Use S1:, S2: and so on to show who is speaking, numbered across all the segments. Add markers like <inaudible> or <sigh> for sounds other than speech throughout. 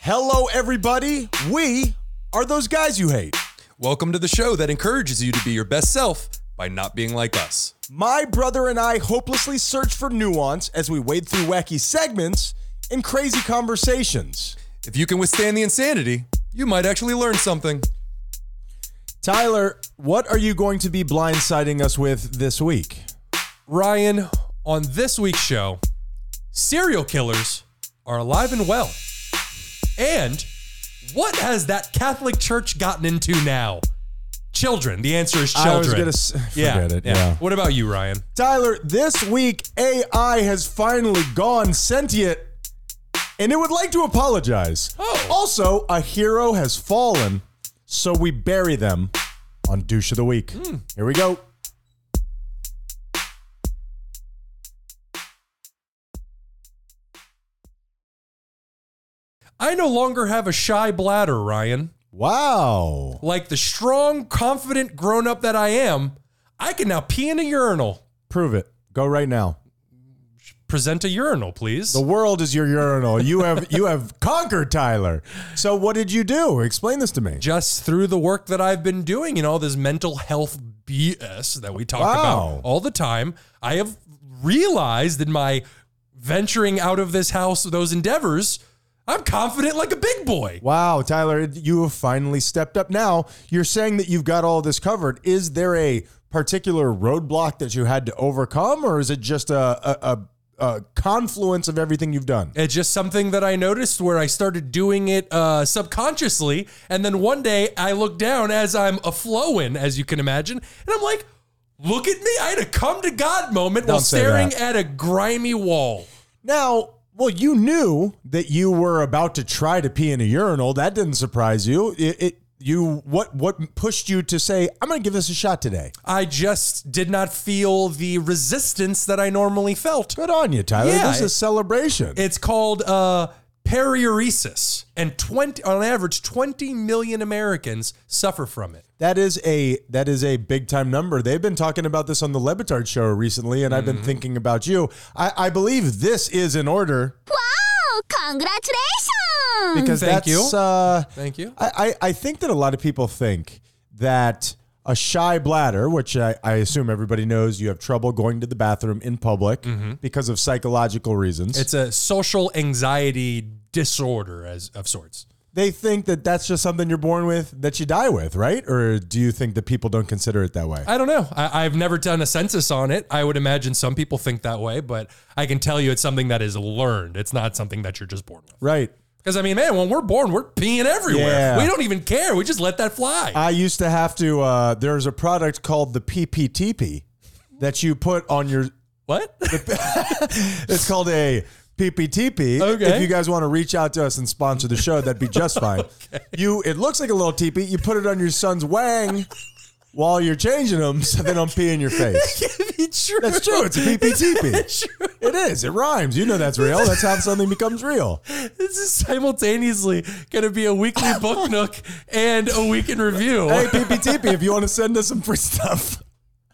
S1: Hello, everybody. We are those guys you hate.
S2: Welcome to the show that encourages you to be your best self by not being like us.
S1: My brother and I hopelessly search for nuance as we wade through wacky segments and crazy conversations.
S2: If you can withstand the insanity, you might actually learn something.
S1: Tyler, what are you going to be blindsiding us with this week?
S2: Ryan, on this week's show, serial killers are alive and well. And what has that Catholic Church gotten into now? Children. The answer is children.
S1: I was gonna <laughs> s- forget it, yeah.
S2: What about you, Ryan?
S1: Tyler, this week AI has finally gone sentient and it would like to apologize.
S2: Oh.
S1: Also, a hero has fallen, so we bury them on douche of the week. Here we go.
S2: I no longer have a shy bladder, Ryan.
S1: Wow.
S2: Like the strong, confident grown up that I am, I can now pee in a urinal.
S1: Prove it. Go right now.
S2: Present a urinal, please.
S1: The world is your urinal. You have you have <laughs> conquered Tyler. So what did you do? Explain this to me.
S2: just through the work that I've been doing and all this mental health BS that we talk
S1: Wow.
S2: about all the time, I have realized in my venturing out of this house, those endeavors, I'm confident like a big boy.
S1: Wow, Tyler, you have finally stepped up. Now you're saying that you've got all this covered. Is there a particular roadblock that you had to overcome, or is it just a a, a, a confluence of everything you've done?
S2: It's just something that I noticed where I started doing it uh, subconsciously. And then one day I look down as I'm aflowing, as you can imagine, and I'm like, look at me. I had a come to God moment while
S1: Don't say
S2: staring
S1: that.
S2: at a grimy wall.
S1: Now, well, you knew that you were about to try to pee in a urinal. That didn't surprise you. It, it you what what pushed you to say I'm going to give this a shot today?
S2: I just did not feel the resistance that I normally felt.
S1: Good on you, Tyler.
S2: Yeah,
S1: this is a
S2: it-
S1: celebration.
S2: It's called uh, perioresis, and 20, on average, 20 million Americans suffer from it.
S1: That is a that is a big time number. They've been talking about this on the Lebitard show recently, and I've
S2: Mm-hmm.
S1: been thinking about you. I, I believe this is in order
S3: Wow! Congratulations!
S1: because
S2: Thank
S1: that's
S2: you.
S1: Uh,
S2: Thank you.
S1: I, I I think that a lot of people think that a shy bladder, which I, I assume everybody knows, you have trouble going to the bathroom in public because of psychological reasons.
S2: It's a social anxiety disorder as of sorts.
S1: they think that that's just something you're born with that you die with, right? Or do you think that people don't consider it that way?
S2: I don't know. I, I've never done a census on it. I would imagine some people think that way, but I can tell you it's something that is learned. It's not something that you're just born with.
S1: right.
S2: Because, I mean, man, when we're born, we're peeing everywhere.
S1: Yeah. Uh,
S2: We don't even care. We just let that fly.
S1: I used to have to. Uh, there's a product called the PPTP that you put on your.
S2: what? <laughs>
S1: <laughs> It's called a PPTP.
S2: Okay.
S1: If you guys want to reach out to us and sponsor the show, that'd be just <laughs> fine. You. It looks like a little teepee. You put it on your son's wang while you're changing them, so they don't pee in your face. <laughs>
S2: <laughs> Can't be true.
S1: That's true. It's a <laughs>
S2: <laughs>
S1: PPTP.
S2: true.
S1: It is. It rhymes. You know that's real. That's how something becomes real.
S2: This is simultaneously going to be
S1: <laughs>
S2: a weekly book nook and a week in review.
S1: Hey, PPTP, if you want to send us some free stuff.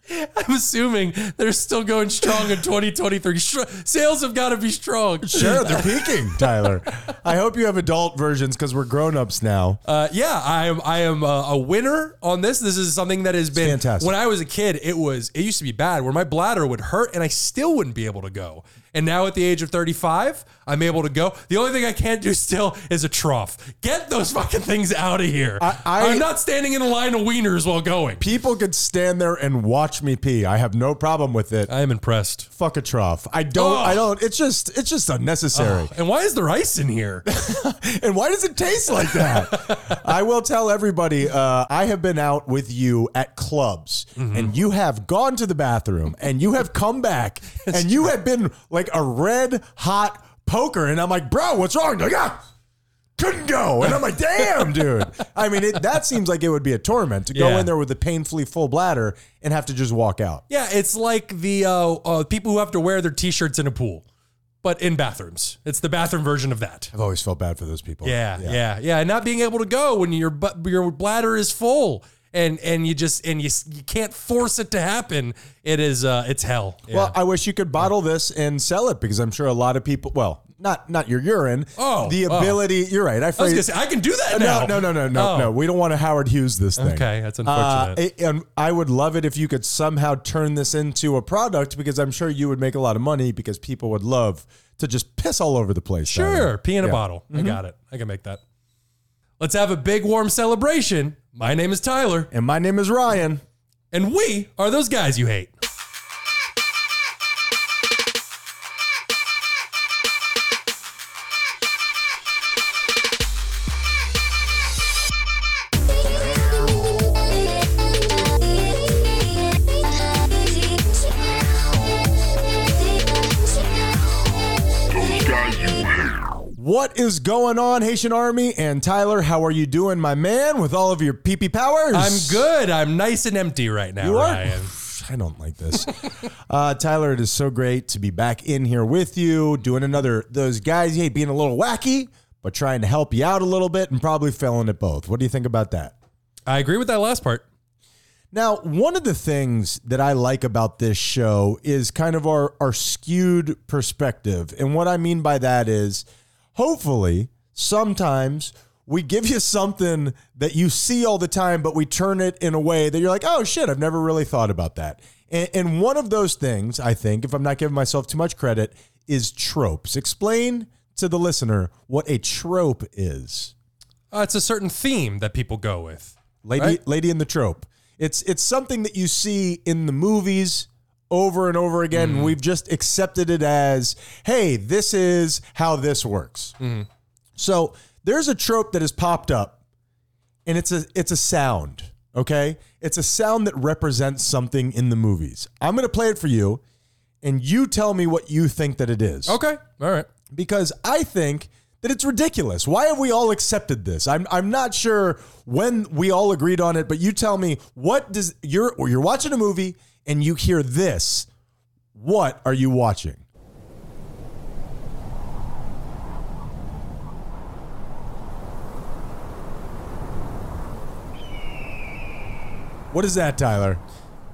S2: <laughs> I'm assuming they're still going strong in 2023. Str- sales have got to be strong.
S1: Sure, they're peaking, Tyler. I hope you have adult versions because we're grown ups now.
S2: Uh, yeah, I am. I am uh, a winner on this. This is something that has been
S1: fantastic.
S2: When I was a kid, it was it used to be bad where my bladder would hurt and I still wouldn't be able to go. And now at the age of 35, I'm able to go. The only thing I can't do still is a trough. Get those fucking things out of here.
S1: I- I-
S2: am not standing in a line of wieners while going.
S1: People could stand there and watch me pee. I have no problem with it.
S2: I am impressed.
S1: Fuck a trough. I don't.
S2: Ugh.
S1: I don't. It's just. It's just unnecessary.
S2: And why is there ice
S1: <laughs>
S2: in here?
S1: And why does it taste like
S2: <laughs>
S1: that? I will tell everybody. Uh, I have been out with you at clubs,
S2: Mm-hmm.
S1: and you have gone to the bathroom, and you have come
S2: <laughs>
S1: back, and you have been like a red hot poker. And I'm like, bro, what's wrong? You're like, ah, couldn't go. And I'm
S2: <laughs>
S1: like, damn, dude. I mean, it, that seems like it would be a torment to go
S2: Yeah.
S1: in there with a painfully full bladder and have to just walk out.
S2: yeah, it's like the uh, uh, people who have to wear their t-shirts in a pool, but in bathrooms. It's the bathroom version of that.
S1: I've always felt bad for those people.
S2: Yeah, yeah, yeah, And not being able to go when your bu- your bladder is full, and and you just and you s- you can't force it to happen. It is uh, it's hell. Yeah.
S1: Well, I wish you could bottle this and sell it because I'm sure a lot of people. Well, not not your urine.
S2: Oh,
S1: the
S2: oh.
S1: ability. You're right. I,
S2: I was
S1: phrased,
S2: gonna say I can do that
S1: no,
S2: now.
S1: no, no, no, no,
S2: Oh.
S1: no. We don't want to Howard Hughes this thing.
S2: Okay, that's
S1: Uh,
S2: unfortunate.
S1: it- and I would love it if you could somehow turn this into a product because I'm sure you would make a lot of money because people would love to just piss all over the place. down there.
S2: Sure, pee in a bottle. I
S1: Mm-hmm.
S2: got it. I can make that. Let's have a big warm celebration. My name is Tyler,
S1: And my name is Ryan.
S2: and we are those guys
S1: <laughs>
S2: you hate.
S1: What is going on, Haitian Army? And Tyler, how are you doing, my man, with all of your pee pee powers?
S2: I'm good. I'm nice and empty right now,
S1: You are? <sighs>
S2: Ryan.
S1: I don't like this. uh, Tyler, it is so great to be back in here with you, doing another those guys. You hate being a little wacky, but trying to help you out a little bit and probably failing at both. What do you think about that?
S2: I agree with that last part.
S1: Now, one of the things that I like about this show is kind of our, our skewed perspective. And what I mean by that is hopefully sometimes we give you something that you see all the time, but we turn it in a way that you're like, oh shit, I've never really thought about that. And, and one of those things, I think, if I'm not giving myself too much credit, is tropes. Explain to the listener what a trope is.
S2: Uh, it's a certain theme that people go with.
S1: Lady
S2: Right?
S1: Lady in the Trope. It's it's something that you see in the movies over and over again. and We've just accepted it as, hey, this is how this works. So there's a trope that has popped up, and it's a it's a sound. Okay, it's a sound that represents something in the movies. I'm gonna play it for you, and you tell me what you think that it is
S2: Okay. All right.
S1: because I think that it's ridiculous. Why have we all accepted this? I'm I'm not sure when we all agreed on it, but you tell me what does you're or you're watching a movie and you hear this. What are you watching? What is that, Tyler?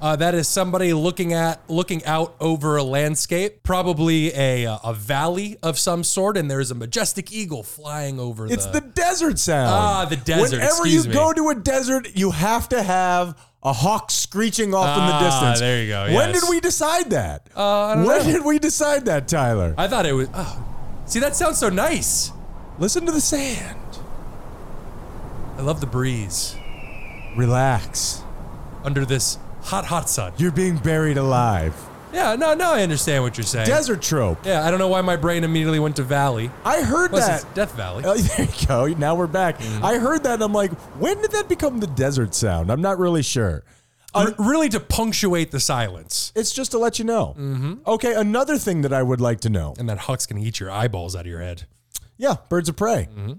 S2: Uh, that is somebody looking at looking out over a landscape, probably a uh, a valley of some sort, and there's a majestic eagle flying over.
S1: It's the desert sound.
S2: Ah, the desert,
S1: Whenever
S2: excuse
S1: you
S2: me.
S1: go to a desert, you have to have a hawk screeching off in the
S2: Ah,
S1: distance.
S2: there you go,
S1: When
S2: yes. Uh,
S1: did we decide that?
S2: I don't
S1: when
S2: know.
S1: did we decide that, Tyler?
S2: I thought it was. Oh, see, that sounds so nice.
S1: Listen to the sand.
S2: I love the breeze
S1: Relax.
S2: under this hot, hot sun.
S1: You're being buried alive.
S2: Yeah, no, no, I understand what you're saying.
S1: Desert trope.
S2: yeah, I don't know why my brain immediately went to valley.
S1: I heard
S2: Plus,
S1: that.
S2: it's Death Valley.
S1: Oh, <laughs> there you go. Now we're back.
S2: Mm-hmm.
S1: I heard that and I'm like, when did that become the desert sound? I'm not really sure.
S2: R- really, to punctuate the silence.
S1: It's just to let you know.
S2: Mm-hmm.
S1: Okay, another thing that I would like to know.
S2: And that hawk's gonna eat your eyeballs out of your head.
S1: Yeah, birds of prey.
S2: Mm-hmm.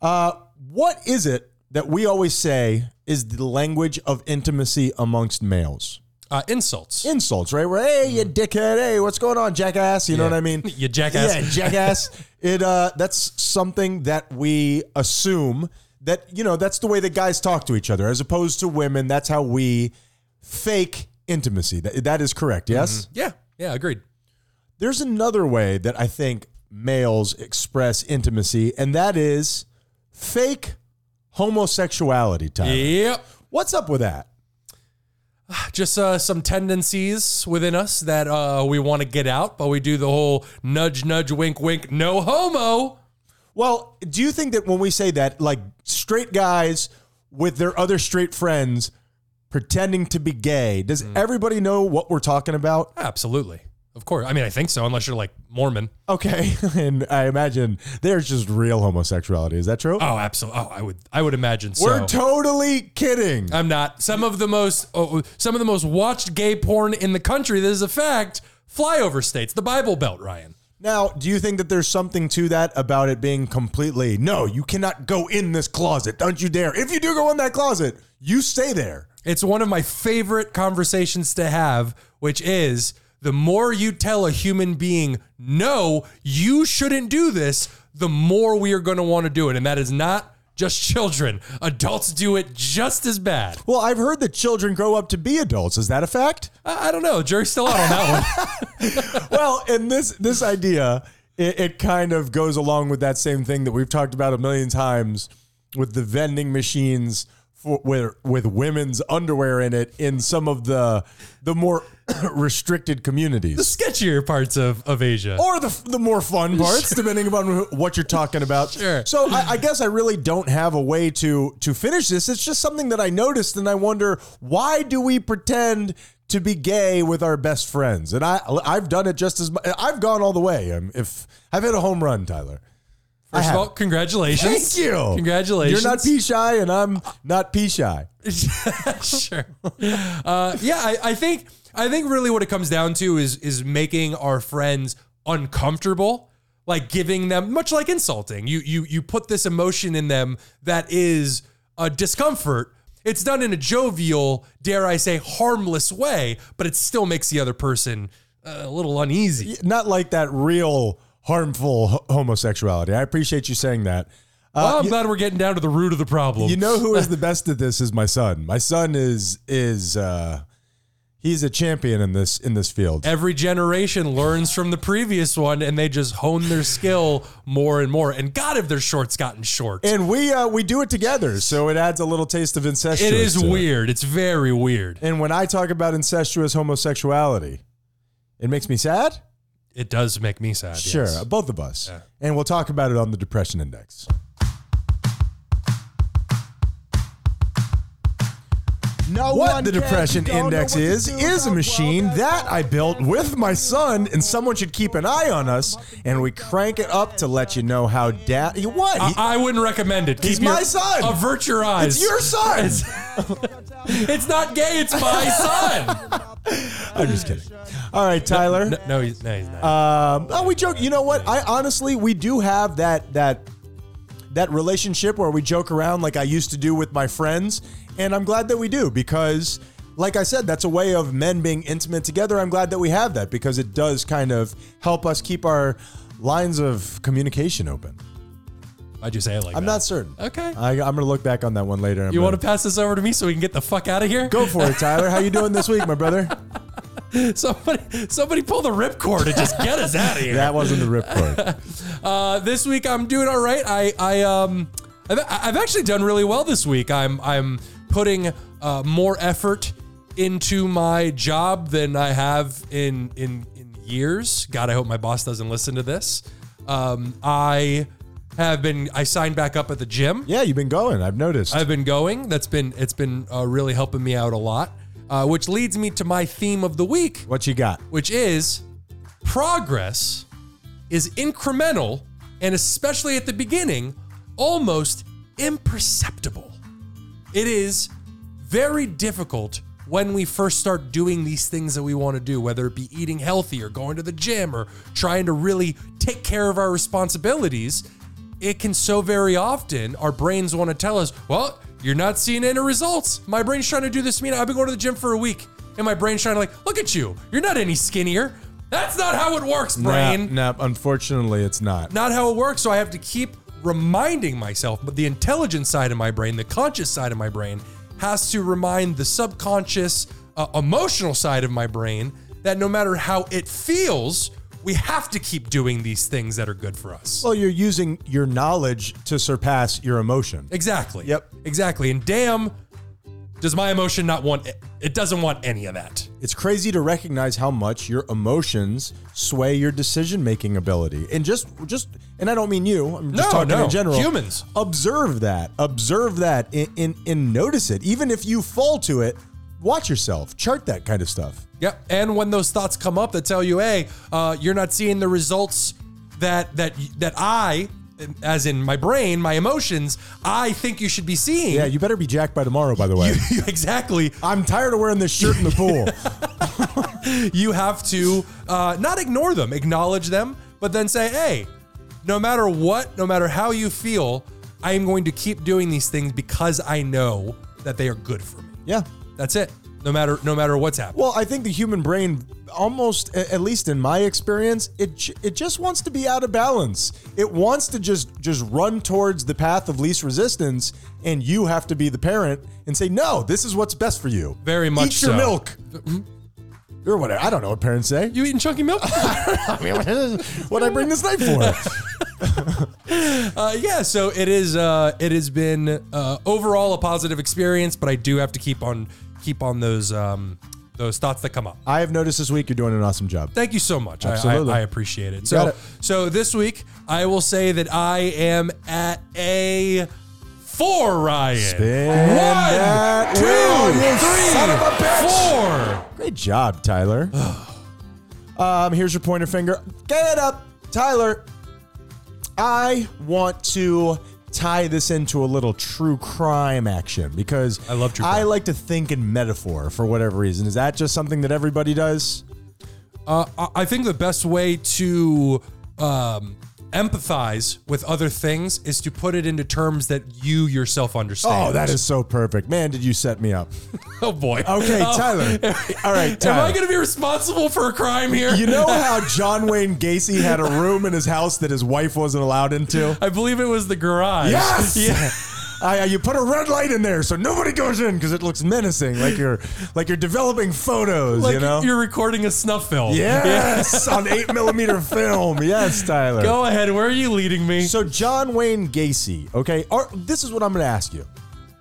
S1: Uh, what is it that we always say is the language of intimacy amongst males?
S2: Uh, insults.
S1: Insults, right? Where, hey, you dickhead. Hey, what's going on, jackass? You know
S2: Mm. Yeah.
S1: what I mean?
S2: <laughs> You jackass.
S1: Yeah,
S2: <laughs>
S1: jackass. it uh, that's something that we assume that you know that's the way that guys talk to each other, as opposed to women. That's how we fake intimacy. That that is correct. Yes.
S2: Yeah, yeah, agreed.
S1: There's another way that I think males express intimacy, and that is fake homosexuality, Tyler.
S2: Yep.
S1: What's up with that?
S2: Just uh, some tendencies within us that uh, we want to get out, but we do the whole nudge, nudge, wink, wink, no homo.
S1: Well, do you think that when we say that, like straight guys with their other straight friends pretending to be gay, does everybody know what we're talking about?
S2: Absolutely. Of course. I mean, I think so, unless you're like Mormon.
S1: Okay. <laughs> and I imagine there's just real homosexuality. Is that true?
S2: Oh, absolutely. Oh, I would I would imagine
S1: we're
S2: so.
S1: totally kidding.
S2: I'm not. Some of the most oh, some of the most watched gay porn in the country. This is a fact. Flyover states, the Bible Belt, Ryan.
S1: Now, do you think that there's something to that about it being completely no, you cannot go in this closet. Don't you dare. If you do go in that closet, you stay there.
S2: It's one of my favorite conversations to have, which is the more you tell a human being, no, you shouldn't do this, the more we are going to want to do it. And that is not just children. Adults do it just as bad.
S1: Well, I've heard that children grow up to be adults. Is that a <laughs> fact? <laughs>
S2: I, I don't know. Jury's still out on that one.
S1: well, and this this idea it, it kind of goes along with that same thing that we've talked about a million times with the vending machines for, with with women's underwear in it in some of the the more <coughs> restricted
S2: The
S1: communities
S2: sketchier parts of, of Asia.
S1: or the the more fun parts, depending upon who- what you're talking about.
S2: Sure.
S1: So I, I guess I really don't have a way to to finish this. It's just something that I noticed, and I wonder why do we pretend to be gay with our best friends? And I I've done it just as mu- I've gone all the way. Um, if I've hit a home run, Tyler. I
S2: First of
S1: have.
S2: all, congratulations.
S1: Thank you.
S2: Congratulations.
S1: You're not pea shy, and I'm not pea shy.
S2: <laughs> sure. Uh, yeah, I, I think I think really what it comes down to is is making our friends uncomfortable, like giving them much like insulting. You you you put this emotion in them that is a discomfort. It's done in a jovial, dare I say, harmless way, but it still makes the other person uh, a little uneasy.
S1: Not like that real harmful ho- homosexuality. I appreciate you saying that. Uh,
S2: well, I'm glad we're getting down to the root of the problem.
S1: You know who
S2: <laughs>
S1: is the best at this is my son. My son is is uh he's a champion in this in this field.
S2: every generation learns from the previous one and they just hone their skill more and more. And God, if their short's gotten short.
S1: And we uh we do it together, so it adds a little taste of incestuous.
S2: it is
S1: to
S2: weird. It's very weird.
S1: And when I talk about incestuous homosexuality, it makes me sad.
S2: It does make me sad.
S1: Sure,
S2: yes.
S1: both of us. And we'll talk about it on the depression index.
S4: No
S1: What
S4: one
S1: the
S4: cares.
S1: depression
S4: You don't know
S1: index
S4: what to
S1: is
S4: do.
S1: is a machine that I built with my son, and someone should keep an eye on us. And we crank it up to let you know how down. What?
S2: I, I wouldn't recommend it. Keep
S1: He's my son.
S2: Avert your eyes.
S1: It's your son.
S2: It's, it's not gay. It's my son.
S1: <laughs> I'm just kidding. <laughs> All right, Tyler.
S2: No, no, he's, no, he's not.
S1: Um, oh, we joke. You know what? I honestly, we do have that that that relationship where we joke around like I used to do with my friends, and I'm glad that we do because, like I said, that's a way of men being intimate together. I'm glad that we have that because it does kind of help us keep our lines of communication open.
S2: Why'd you say it like
S1: I'm
S2: that?
S1: not certain.
S2: Okay.
S1: I, I'm gonna look back on that one later.
S2: you want to pass this over to me so we can get the fuck out of here?
S1: go for it, Tyler? How you doing this week, my brother?
S2: <laughs> Somebody, somebody pull the ripcord and just get us out of here.
S1: That wasn't the
S2: <laughs>
S1: ripcord.
S2: Uh, this week I'm doing all right. I I um I've, I've actually done really well this week. I'm I'm putting uh, more effort into my job than I have in in in years. God, I hope my boss doesn't listen to this. Um, I have been I signed back up at the gym.
S1: Yeah, you've been going. I've noticed.
S2: I've been going. That's been it's been uh, really helping me out a lot. Uh, which leads me to my theme of the week
S1: what you got?
S2: which is progress is incremental and especially at the beginning almost imperceptible. It is very difficult when we first start doing these things that we want to do, whether it be eating healthy or going to the gym or trying to really take care of our responsibilities. It can so very often, our brains want to tell us, well, you're not seeing any results. My brain's trying to do this meeting. I've been going to the gym for a week. And my brain's trying to, like, look at you. You're not any skinnier. That's not how it works, brain
S1: No, unfortunately, it's not.
S2: not how it works. So I have to keep reminding myself, but the intelligent side of my brain, the conscious side of my brain, has to remind the subconscious, uh, emotional side of my brain that no matter how it feels, we have to keep doing these things that are good for us.
S1: Well, you're using your knowledge to surpass your emotion.
S2: Exactly.
S1: Yep.
S2: Exactly. And damn, does my emotion not want it? It doesn't want any of that.
S1: It's crazy to recognize how much your emotions sway your decision-making ability. And just just and I don't mean you, I'm just
S2: No,
S1: talking
S2: no,
S1: in general.
S2: humans.
S1: Observe that. Observe that and, and, and notice it. Even if you fall to it, watch yourself. Chart that kind of stuff.
S2: Yep. And when those thoughts come up that tell you, "Hey, uh, you're not seeing the results that that that I, as in my brain, my emotions, I think you should be seeing."
S1: Yeah, you better be jacked by tomorrow, by the way.
S2: You- <laughs> exactly.
S1: I'm tired of wearing this shirt in the
S2: <laughs>
S1: pool.
S2: You have to uh, not ignore them, acknowledge them, but then say, "Hey, no matter what, no matter how you feel, I am going to keep doing these things because I know that they are good for me."
S1: yeah.
S2: That's it. No matter no matter what's happening.
S1: Well, I think the human brain, almost a- at least in my experience, it j- it just wants to be out of balance. It wants to just just run towards the path of least resistance, and you have to be the parent and say, "No, this is what's best for you."
S2: Very much
S1: Eat your
S2: so.
S1: milk. or whatever. I don't know what parents say. <laughs>
S2: You eating chunky <laughs> milk?
S1: I mean, what I bring this knife for?
S2: Uh, yeah, so it is. Uh, it has been uh, overall a positive experience, but I do have to keep on keep on those um, those thoughts that come up.
S1: I have noticed this week you're doing an awesome job.
S2: Thank you so much. I-
S1: Absolutely.
S2: I, I appreciate
S1: got
S2: it. So
S1: it.
S2: so this week I will say that I am at a four, Ryan.
S1: Spin
S2: One,
S1: that
S2: two,
S1: wheel, you
S2: three,
S1: son of a
S2: four.
S1: Great job,
S2: <sighs>
S1: Tyler. um, here's your pointer finger. Get it up, Tyler. I want to tie this into a little true crime action because
S2: I love true
S1: I
S2: crime.
S1: like to think in metaphor for whatever reason. Is that just something that everybody does?
S2: Uh, I- I think the best way to um, empathize with other things is to put it into terms that you yourself understand.
S1: Oh, that is so perfect. Man, did you set me
S2: <laughs>
S1: up.
S2: Oh boy.
S1: Okay,
S2: Oh.
S1: Tyler. <laughs> All right,
S2: Am I
S1: Tyler.
S2: <laughs> going to be responsible for a crime here?
S1: You know how John Wayne Gacy had a room in his house that his wife wasn't allowed into?
S2: I believe it was the garage.
S1: Yes.
S2: Yeah.
S1: I, uh, you put a red light in there so nobody goes in because it looks menacing, like you're like you're developing photos,
S2: Like
S1: you know.
S2: are recording a snuff film. <laughs>
S1: yes, on eight millimeter film. Yes, Tyler.
S2: Go ahead. Where are you leading me?
S1: So John Wayne Gacy. Okay, are, this is what I'm going to ask you: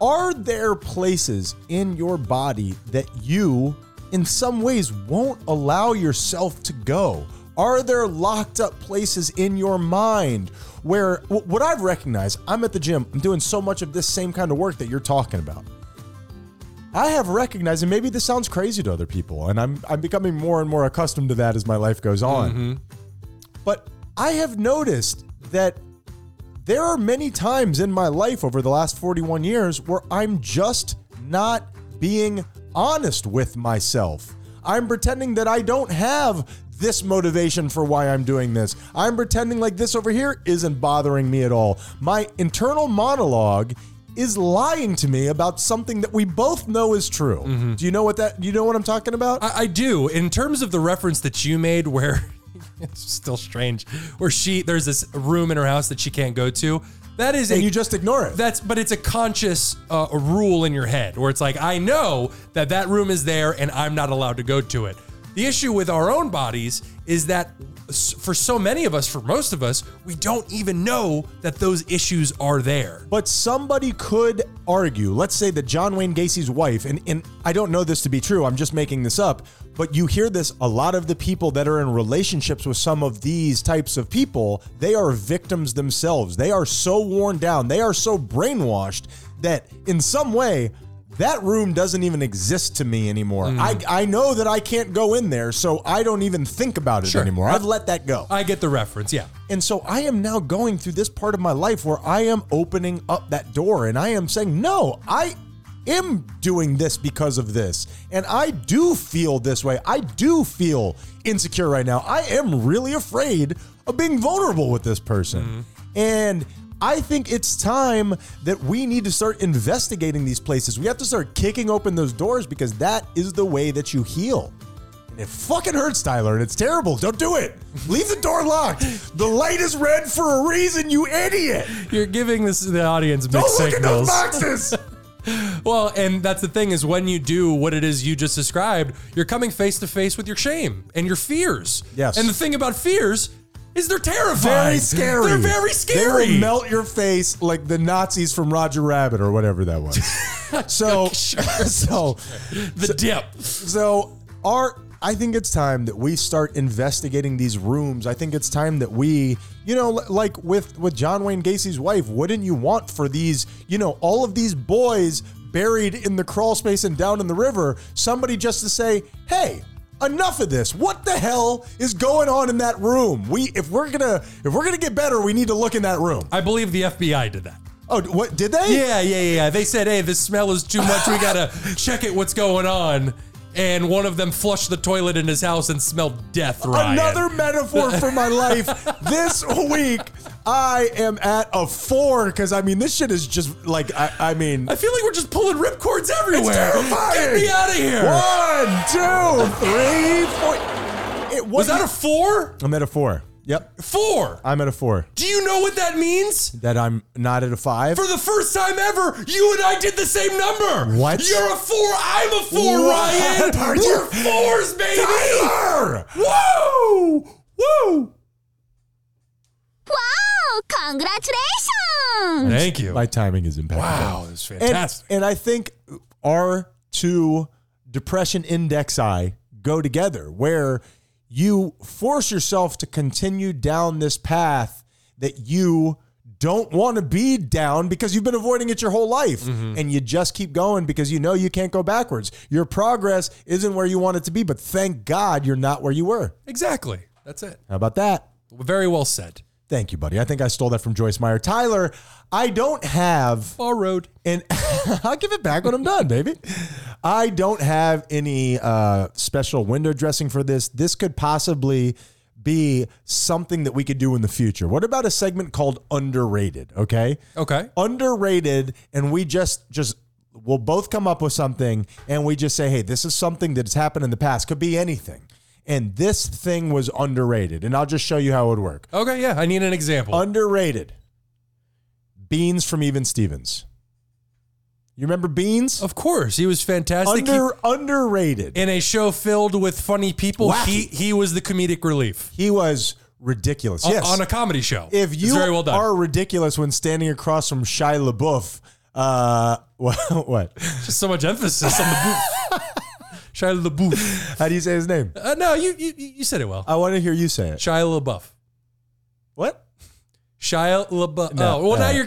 S1: Are there places in your body that you, in some ways, won't allow yourself to go? Are there locked up places in your mind where wh- what I've recognized? I'm at the gym. I'm doing so much of this same kind of work that you're talking about. I have recognized, and maybe this sounds crazy to other people, and I'm I'm becoming more and more accustomed to that as my life goes on. But I have noticed that there are many times in my life over the last 41 years where I'm just not being honest with myself. I'm pretending that I don't have this motivation for why I'm doing this. I'm pretending like this over here isn't bothering me at all. My internal monologue is lying to me about something that we both know is true. Do you know what that you know what I'm talking about?
S2: I, I do. In terms of the reference that you made, where <laughs> it's still strange, where she there's this room in her house that she can't go to. That is a
S1: and you just ignore it.
S2: That's but it's a conscious uh, rule in your head where it's like I know that that room is there and I'm not allowed to go to it. The issue with our own bodies is that s- for so many of us, for most of us, we don't even know that those issues are there.
S1: But somebody could argue, let's say that John Wayne Gacy's wife, and, and I don't know this to be true, I'm just making this up, but you hear this a lot of the people that are in relationships with some of these types of people, they are victims themselves. They are so worn down, they are so brainwashed that in some way, that room doesn't even exist to me anymore. I, I know that I can't go in there, so I don't even think about it anymore. I've let that go.
S2: I get the reference. Yeah.
S1: And so I am now going through this part of my life where I am opening up that door and I am saying, no, I am doing this because of this. And I do feel this way. I do feel insecure right now. I am really afraid of being vulnerable with this person. And I think it's time that we need to start investigating these places. We have to start kicking open those doors because that is the way that you heal. And it fucking hurts, Tyler, and it's terrible. Don't do it. Leave the door locked. The light is red for a reason, you idiot.
S2: You're giving this the audience
S1: Don't
S2: mixed
S1: look at those
S2: signals. <laughs>
S1: boxes.
S2: Well, and that's the thing is when you do what it is you just described, you're coming face to face with your shame and your fears.
S1: Yes.
S2: And the thing about fears is they're terrifying.
S1: Very scary.
S2: They're very scary.
S1: They will melt your face like the Nazis from Roger Rabbit or whatever that
S2: <laughs>
S1: was. So,
S2: Sure.
S1: <laughs> so,
S2: the dip.
S1: so our. I think it's time that we start investigating these rooms. I think it's time that we, you know, li- like with with John Wayne Gacy's wife, wouldn't you want for these, you know, all of these boys buried in the crawl space and down in the river, somebody just to say, "Hey, enough of this. What the hell is going on in that room? We if we're going to if we're going to get better, we need to look in that room."
S2: I believe the FBI did that.
S1: Oh, what did they?
S2: Yeah, yeah, yeah. They said, hey, the smell is too much. We <laughs> gotta check it. What's going on? And one of them flushed the toilet in his house and smelled death. Ryan.
S1: Another metaphor for my
S2: <laughs>
S1: life. this week, I am at a four because I mean, this shit is just like I, I mean,
S2: I feel like we're just pulling ripcords everywhere. Get
S1: terrifying.
S2: me out of here.
S1: One, two, three, four. It
S2: Was that a four?
S1: a, I'm at a four. Yep.
S2: Four.
S1: I'm at a four.
S2: Do you know what that means?
S1: That I'm not at a five.
S2: For the first time ever, you and I did the same number.
S1: What?
S2: You're a four. I'm a four,
S1: What
S2: Ryan.
S1: are you-
S2: We're fours, baby.
S1: Tyler!
S2: Whoa! Whoa!
S3: わおカングラチュレーション
S2: Thank you.
S1: My timing is impeccable.
S2: wow, that's
S1: And,
S2: fantastic.
S1: and I think our two depression index I go together, where you force yourself to continue down this path that you don't want to be down because you've been avoiding it your whole life and you just keep going because you know you can't go backwards. Your progress isn't where you want it to be, but thank God you're not where you were.
S2: exactly. That's it.
S1: How about that?
S2: Very well said.
S1: Thank you, buddy. I think I stole that from Joyce Meyer. Tyler, I don't have
S2: Borrowed.
S1: and <laughs> I'll give it back when I'm done, baby. I don't have any uh, special window dressing for this. This could possibly be something that we could do in the future. What about a segment called underrated? Okay,
S2: Okay.
S1: underrated, and we just just we'll both come up with something, and we just say, hey, this is something that's happened in the past. Could be anything, and this thing was underrated, and I'll just show you how it would work.
S2: Okay, yeah. I need an example.
S1: Underrated. Beans from Even Stevens. You remember Beans?
S2: of course. He was fantastic. He-
S1: Under underrated.
S2: in a show filled with funny people,
S1: Wacky.
S2: he he was the comedic relief.
S1: He was ridiculous.
S2: O-
S1: yes.
S2: On a comedy show.
S1: if
S2: It's
S1: you
S2: very well done.
S1: are ridiculous when standing across from Shia LaBeouf, uh, <laughs> what, what?
S2: Just so much emphasis on the
S1: <laughs>
S2: booth. Shia LaBeouf.
S1: How do you say his name?
S2: Uh, no, you, you you said it well.
S1: I want to hear you say it.
S2: Shia LaBeouf.
S1: What? <laughs>
S2: Shia LaBeouf.
S1: No,
S2: oh, well, now
S1: no.
S2: you're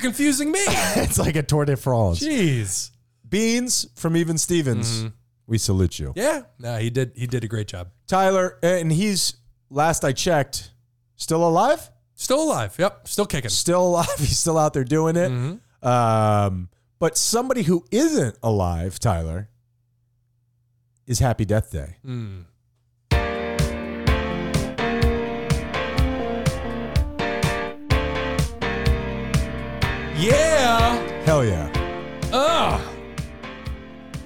S1: <laughs>
S2: confusing me.
S1: It's like a tour de France.
S2: Jeez.
S1: Beans from Even Stevens. We salute you.
S2: Mm-hmm. Yeah. No, he did. He did a great job.
S1: Tyler, and he's, last I checked, still alive?
S2: Still alive. Yep. Still kicking.
S1: still alive. <laughs> He's still out there doing it.
S2: Mm-hmm.
S1: Um, but somebody who isn't alive, Tyler, is Happy Death Day.
S2: Mm. Yeah.
S1: Hell yeah.
S2: Ah.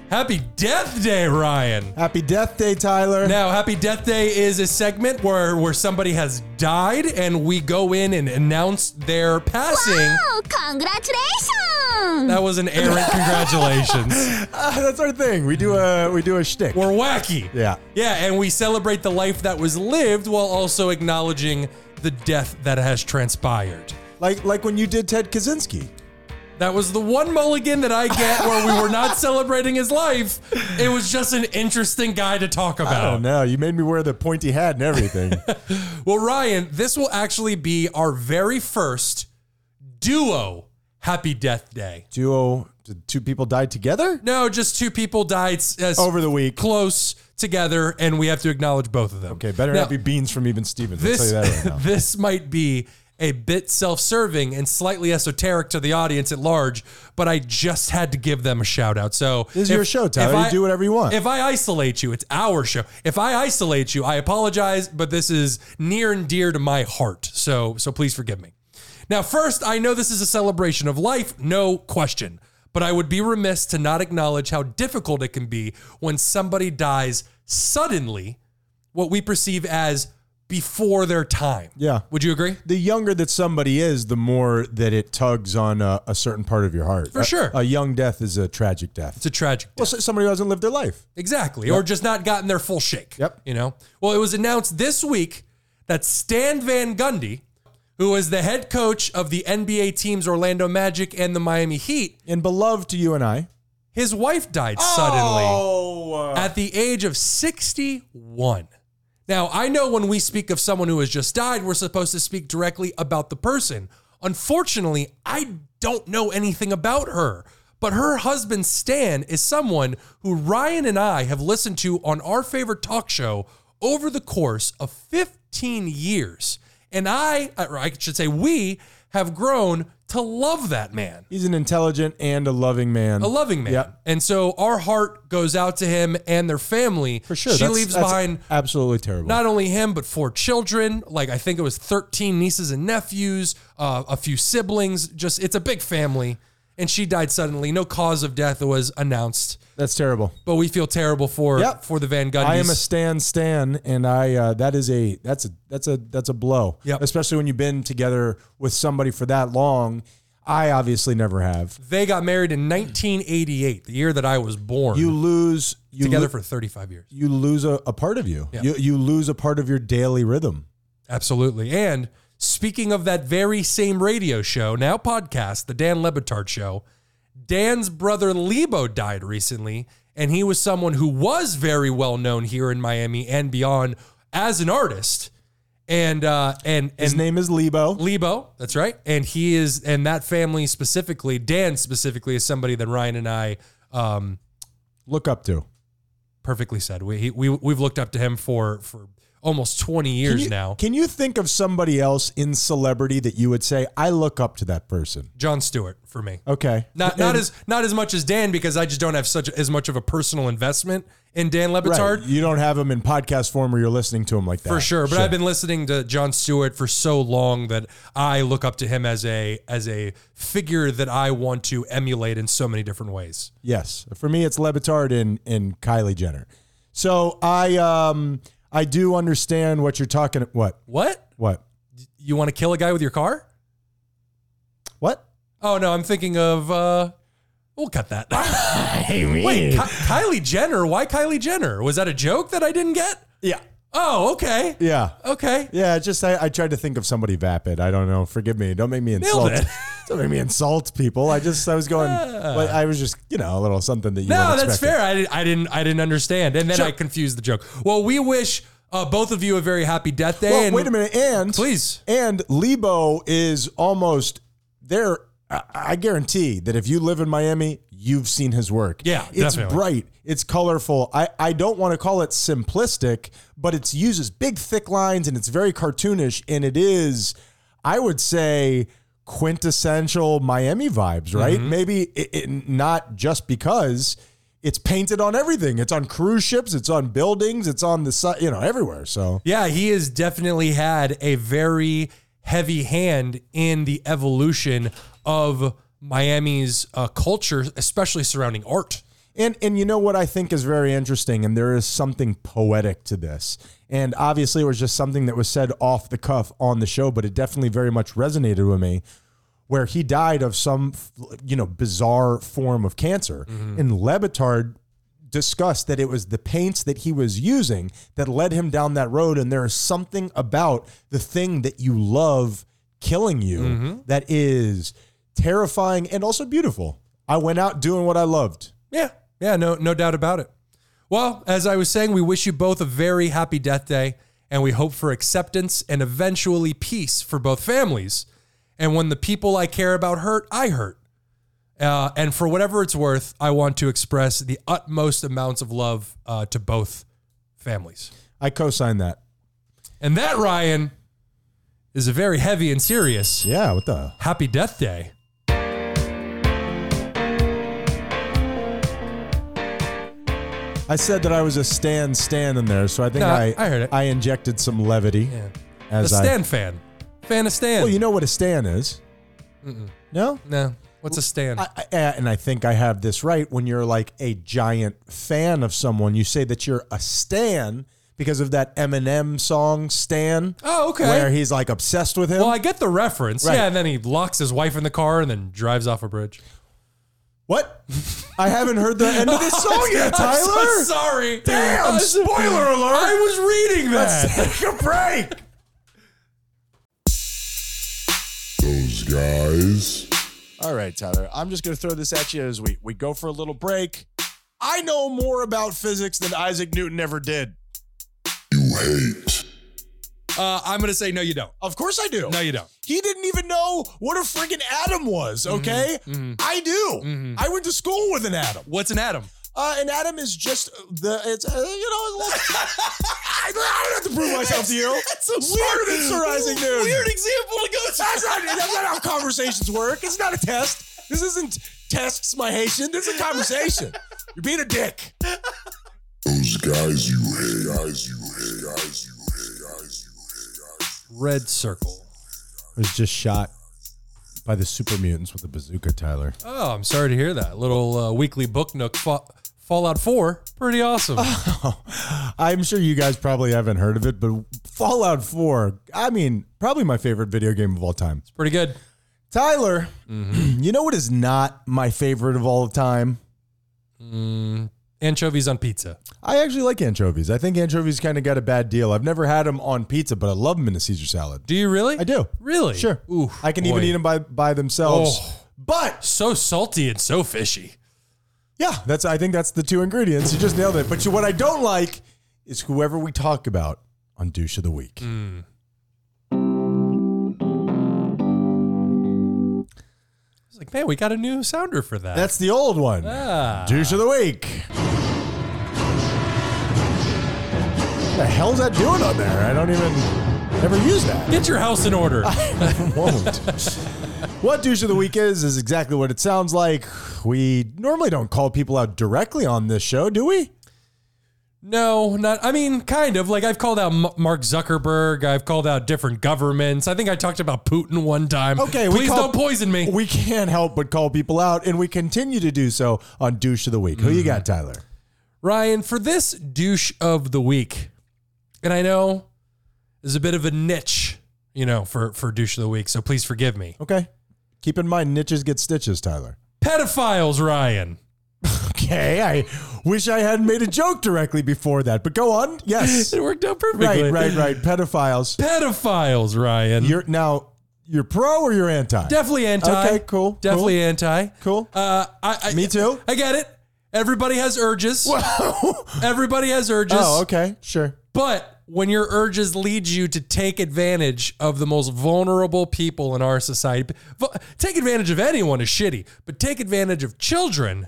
S2: Happy Death Day, Ryan.
S1: Happy Death Day, Tyler.
S2: Now, Happy Death Day is a segment where where somebody has died, and we go in and announce their passing.
S3: わおカングラチュレーション
S2: That was an errant congratulations.
S1: Ah, that's our thing. We do a we do a shtick.
S2: We're wacky.
S1: yeah.
S2: Yeah, and we celebrate the life that was lived while also acknowledging the death that has transpired.
S1: Like like when you did Ted Kaczynski.
S2: That was the one mulligan that I get where we were not celebrating his life. It was just an interesting guy to talk
S1: Oh
S2: about.
S1: no, you made me wear the pointy hat and
S2: <laughs>
S1: everything.
S2: Well, Ryan, this will actually be our very first duo Happy Death Day.
S1: Duo did two people die together?
S2: No, just two people died uh, s- as
S1: Over the week.
S2: close together, and we have to acknowledge both of them.
S1: Okay, better
S2: Now-
S1: not be <laughs> beans from even Stevens.
S2: this
S1: I'll tell you that right now.
S2: <laughs> this might be a bit self-serving and slightly esoteric to the audience at large, but I just had to give them a shout out. So
S1: This is your show, Tyler. You do whatever you want.
S2: If I isolate you, it's our show. If I isolate you, I apologize, but this is near and dear to my heart. So so please forgive me. Now, first, I know this is a celebration of life, no question, but I would be remiss to not acknowledge how difficult it can be when somebody dies suddenly what we perceive as before their time.
S1: Yeah.
S2: Would you agree?
S1: the younger that somebody is, the more that it tugs on a, a certain part of your heart.
S2: For
S1: A-
S2: sure.
S1: A, young death is a tragic death.
S2: It's a tragic
S1: Well, so- somebody who hasn't lived their life.
S2: Exactly. Or just not gotten their full shake.
S1: Yep.
S2: You know? Well, it was announced this week that Stan Van Gundy, who is the head coach of the NBA teams Orlando Magic and the Miami Heat,
S1: And beloved to you and I.
S2: his wife died suddenly
S1: Oh,
S2: at the age of 61. Now, I know when we speak of someone who has just died, we're supposed to speak directly about the person. Unfortunately, I don't know anything about her, but her husband, Stan, is someone who Ryan and I have listened to on our favorite talk show over the course of 15 years. And I, or I should say, we have grown to love that man
S1: he's an intelligent and a loving man.
S2: a loving man.
S1: Yeah.
S2: And so our heart goes out to him and their family.
S1: for sure.
S2: She
S1: That's-
S2: leaves
S1: that's
S2: behind
S1: Absolutely terrible.
S2: not only him, but four children. Like I think it was 13 nieces and nephews, uh, a few siblings. Just it's a big family. and she died suddenly. No cause of death was announced,
S1: That's terrible.
S2: but we feel terrible for
S1: Yep.
S2: for the Van Gundys.
S1: I am a Stan Stan, and I uh, that is a that's a that's a that's a blow.
S2: Yep.
S1: Especially when you've been together with somebody for that long. I obviously never have.
S2: they got married in 1988, the year that I was born.
S1: You lose you
S2: together
S1: lo-
S2: for 35 years.
S1: you lose a, a part of you.
S2: Yeah.
S1: you. You lose a part of your daily rhythm.
S2: Absolutely. And speaking of that very same radio show, now podcast, the Dan Lebitard Show, Dan's brother Lebo died recently, and he was someone who was very well known here in Miami and beyond as an artist. And uh, and and
S1: His name is Lebo.
S2: Lebo, that's right. And he is, and that family specifically, Dan specifically, is somebody that Ryan and I um,
S1: Look up to.
S2: perfectly said. We, he, we we've looked up to him for for almost twenty
S1: Can
S2: years
S1: you,
S2: now.
S1: Can you think of somebody else in celebrity that you would say I look up to that person?
S2: John Stewart for me.
S1: Okay.
S2: Not not
S1: And-
S2: as not as much as Dan because I just don't have such as much of a personal investment in Dan
S1: right.
S2: Lebitard
S1: You don't have him in podcast form, or you're listening to him like that
S2: for sure. But I've been listening to John Stewart for so long that I look up to him as a as a figure that I want to emulate in so many different ways.
S1: Yes, for me it's Lebitard and and Kylie Jenner. So I um I do understand what you're talking. What
S2: What
S1: what
S2: you want to kill a guy with your car?
S1: what?
S2: Oh no, I'm thinking of. uh We'll cut <laughs> that. Wait, Ki- Kylie Jenner. Why Kylie Jenner? Was that a joke that I didn't get?
S1: Yeah,
S2: Oh, okay,
S1: yeah,
S2: okay.
S1: yeah. it's Just I, I tried to think of somebody vapid. I don't know. Forgive me. Don't make me
S2: Nailed
S1: insult.
S2: it.
S1: <laughs> don't make me insult people. I just I was going. but I was just you know a little something that you.
S2: No,
S1: weren't
S2: that's
S1: expecting.
S2: fair. I, didn't- I didn't. I didn't understand, and then
S1: Sure.
S2: I confused the joke. Well, we wish uh, both of you a very happy death day.
S1: Well,
S2: and
S1: wait a minute. And
S2: please.
S1: And Lebo is almost there. I- I guarantee that if you live in Miami, you've seen his work.
S2: Yeah,
S1: it's
S2: definitely.
S1: bright, it's colorful. I, I don't want to call it simplistic, but it uses big, thick lines and it's very cartoonish. And it is, I would say, quintessential Miami vibes, right?
S2: Mm-hmm.
S1: Maybe it, it, not just because it's painted on everything. It's on cruise ships, it's on buildings, it's on the side, you know, everywhere. So
S2: Yeah, he has definitely had a very heavy hand in the evolution of Miami's uh, culture, especially surrounding art.
S1: And and you know what I think is very interesting, and there is something poetic to this. And obviously, it was just something that was said off the cuff on the show, but it definitely very much resonated with me. Where he died of some, you know, bizarre form of cancer, and Lebitard discussed that it was the paints that he was using that led him down that road. And there is something about the thing that you love killing you that is terrifying and also beautiful. I went out doing what I loved.
S2: Yeah, yeah, no, no doubt about it. Well, as I was saying, we wish you both a very happy death day, and we hope for acceptance and eventually peace for both families. And when the people I care about hurt, I hurt. Uh, and for whatever it's worth, I want to express the utmost amounts of love uh, to both families.
S1: I co-sign that.
S2: And that, Ryan, is a very heavy and serious
S1: Yeah, what the?
S2: happy death day.
S1: I said that I was a Stan Stan in there, so I think
S2: No,
S1: I
S2: I heard it.
S1: I injected some levity
S2: Yeah. A
S1: as I.
S2: Stan fan. Fan of Stan.
S1: Well, you know what a Stan is. No,
S2: no. What's a Stan?
S1: I, I, and I think I have this right. When you're like a giant fan of someone, you say that you're a Stan because of that Eminem song Stan,
S2: oh, okay.
S1: where he's like obsessed with him.
S2: Well, I get the reference.
S1: Right.
S2: Yeah, and then he locks his wife in the car and then drives off
S1: <laughs>
S2: a bridge.
S1: what? I haven't heard the end of
S2: <laughs>
S1: this song yet, Tyler.
S2: I'm so sorry.
S1: Damn,
S2: <laughs> I was-
S1: spoiler alert.
S2: I was reading
S1: <laughs>
S2: that.
S1: Let's take a break.
S4: Those guys.
S1: All right, Tyler. I'm just going to throw this at you as we we go for a little break. I know more about physics than Isaac Newton ever did.
S4: You hate.
S2: Uh, I'm going to say, no, you don't.
S1: Of course I do.
S2: No, you don't.
S1: He didn't even know what a friggin' atom was, okay? I do. I went to school with an atom.
S2: What's an atom?
S1: Uh, an atom is just the, it's, uh, you know, a little- I, I don't have to prove myself to you. That's a Smarter than Sir Isaac Newton.
S2: example to go to.
S1: That's not, that's not how conversations work. It's not a test. This isn't tests, my Haitian. This is a conversation. You're being a dick.
S4: Those guys you hate. Guys you hate. Guys you hate. Guys you hate. Guys you hate.
S2: Red circle.
S1: was just shot. by the super mutants with a bazooka, Tyler. <laughs>
S2: Oh, I'm sorry to hear that. Little uh, weekly book nook fa- Fallout 4, pretty awesome.
S1: I'm sure you guys probably haven't heard of it, but Fallout 4, I mean, probably my favorite video game of all time.
S2: pretty good.
S1: Tyler, <clears throat>
S2: Mm-hmm.
S1: you know what is not my favorite of all time?
S2: Anchovies on pizza.
S1: I actually like anchovies. I think anchovies kind of got a bad deal. I've never had them on pizza, but I love them in a Caesar salad.
S2: Do you really?
S1: I do.
S2: Really?
S1: Sure.
S2: Ooh,
S1: I can
S2: boy.
S1: even eat them by, by themselves.
S2: Oh.
S1: But
S2: So salty and so fishy.
S1: yeah, that's I think that's the two ingredients. You just nailed it. But you, what I don't like is whoever we talk about on douche of the week.
S2: I was like, man, we got a new sounder for that.
S1: That's the old one.
S2: Ah.
S1: Douche of the week. What the hell's that doing on there? I don't even ever use that. <laughs>
S2: Get your house in order.
S1: won't. what douche of the week is is exactly what it sounds like. We normally don't call people out directly on this show, do we?
S2: no, not. I mean, kind of. Like I've called out M- Mark Zuckerberg. I've called out different governments. I think I talked about Putin one time.
S1: Okay,
S2: please
S1: we call-
S2: don't poison me.
S1: We can't help but call people out, and we continue to do so on douche of the week. Who you
S2: Mm.
S1: got, Tyler?
S2: Ryan, for this douche of the week, and I know there's a bit of a niche, you know, for, for douche of the week, so please forgive me.
S1: Okay. Keep in mind, niches get stitches, Tyler. <laughs>
S2: Pedophiles, Ryan.
S1: Okay, I wish I hadn't made a joke directly before that, but go on. Yes.
S2: <laughs> It worked out perfectly.
S1: right, right, right. Pedophiles.
S2: Pedophiles, Ryan.
S1: You're now you're pro or you're anti?
S2: definitely anti.
S1: Okay, cool,
S2: Definitely anti.
S1: Cool.
S2: Uh, I, I,
S1: Me too.
S2: I get it. Everybody has urges.
S1: <laughs>
S2: Everybody has urges.
S1: oh, okay, sure.
S2: But when your urges lead you to take advantage of the most vulnerable people in our society, vu- take advantage of anyone is shitty, but take advantage of children,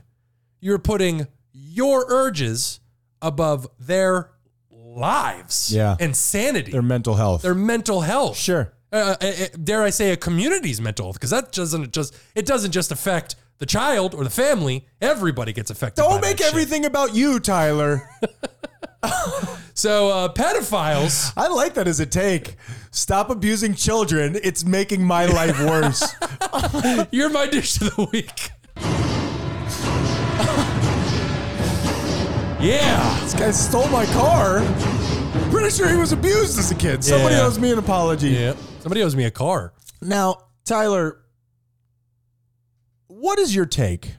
S2: you're putting your urges above their lives
S1: Yeah.
S2: and sanity,
S1: Their
S2: their,
S1: mental health.
S2: mental health.
S1: sure.
S2: Uh, uh, uh, dare I say a community's mental health because that doesn't just it doesn't just affect the child or the family. Everybody gets affected. by
S1: Don't
S2: that
S1: make
S2: shit.
S1: everything about you, Tyler.
S2: So uh, pedophiles.
S1: I like that as a take. Stop abusing children. It's making my life worse.
S2: <laughs> You're my dish of the
S1: <laughs>
S2: week. yeah.
S1: this guy stole my car. Pretty sure he was abused as a kid. Somebody
S2: Yeah.
S1: owes me an apology.
S2: Somebody owes me a car.
S1: Now, Tyler, what is your take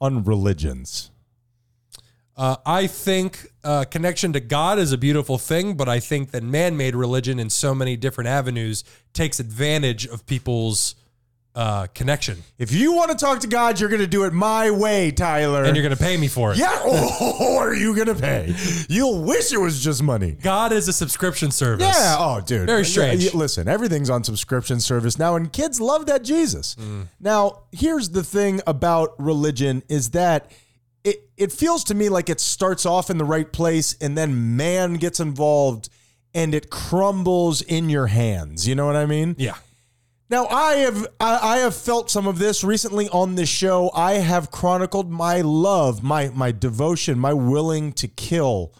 S1: on religions?
S2: Uh, I think uh, connection to God is a beautiful thing, but I think that man made religion in so many different avenues takes advantage of people's uh, connection.
S1: If you want to talk to God, you're going to do it my way, Tyler.
S2: And you're going to pay me for it.
S1: yeah, <laughs> oh, are you going to pay? You'll wish it was just money.
S2: God is a subscription service.
S1: Yeah. Oh, dude.
S2: Very strange.
S1: Yeah, yeah, listen, everything's on subscription service now, and kids love that Jesus.
S2: Mm.
S1: Now, here's the thing about religion is that it it feels to me like it starts off in the right place, and then man gets involved, and it crumbles in your hands. You know what I mean?
S2: Yeah.
S1: Now I have I, I have felt some of this recently on this show. I have chronicled my love, my my devotion, my willing to kill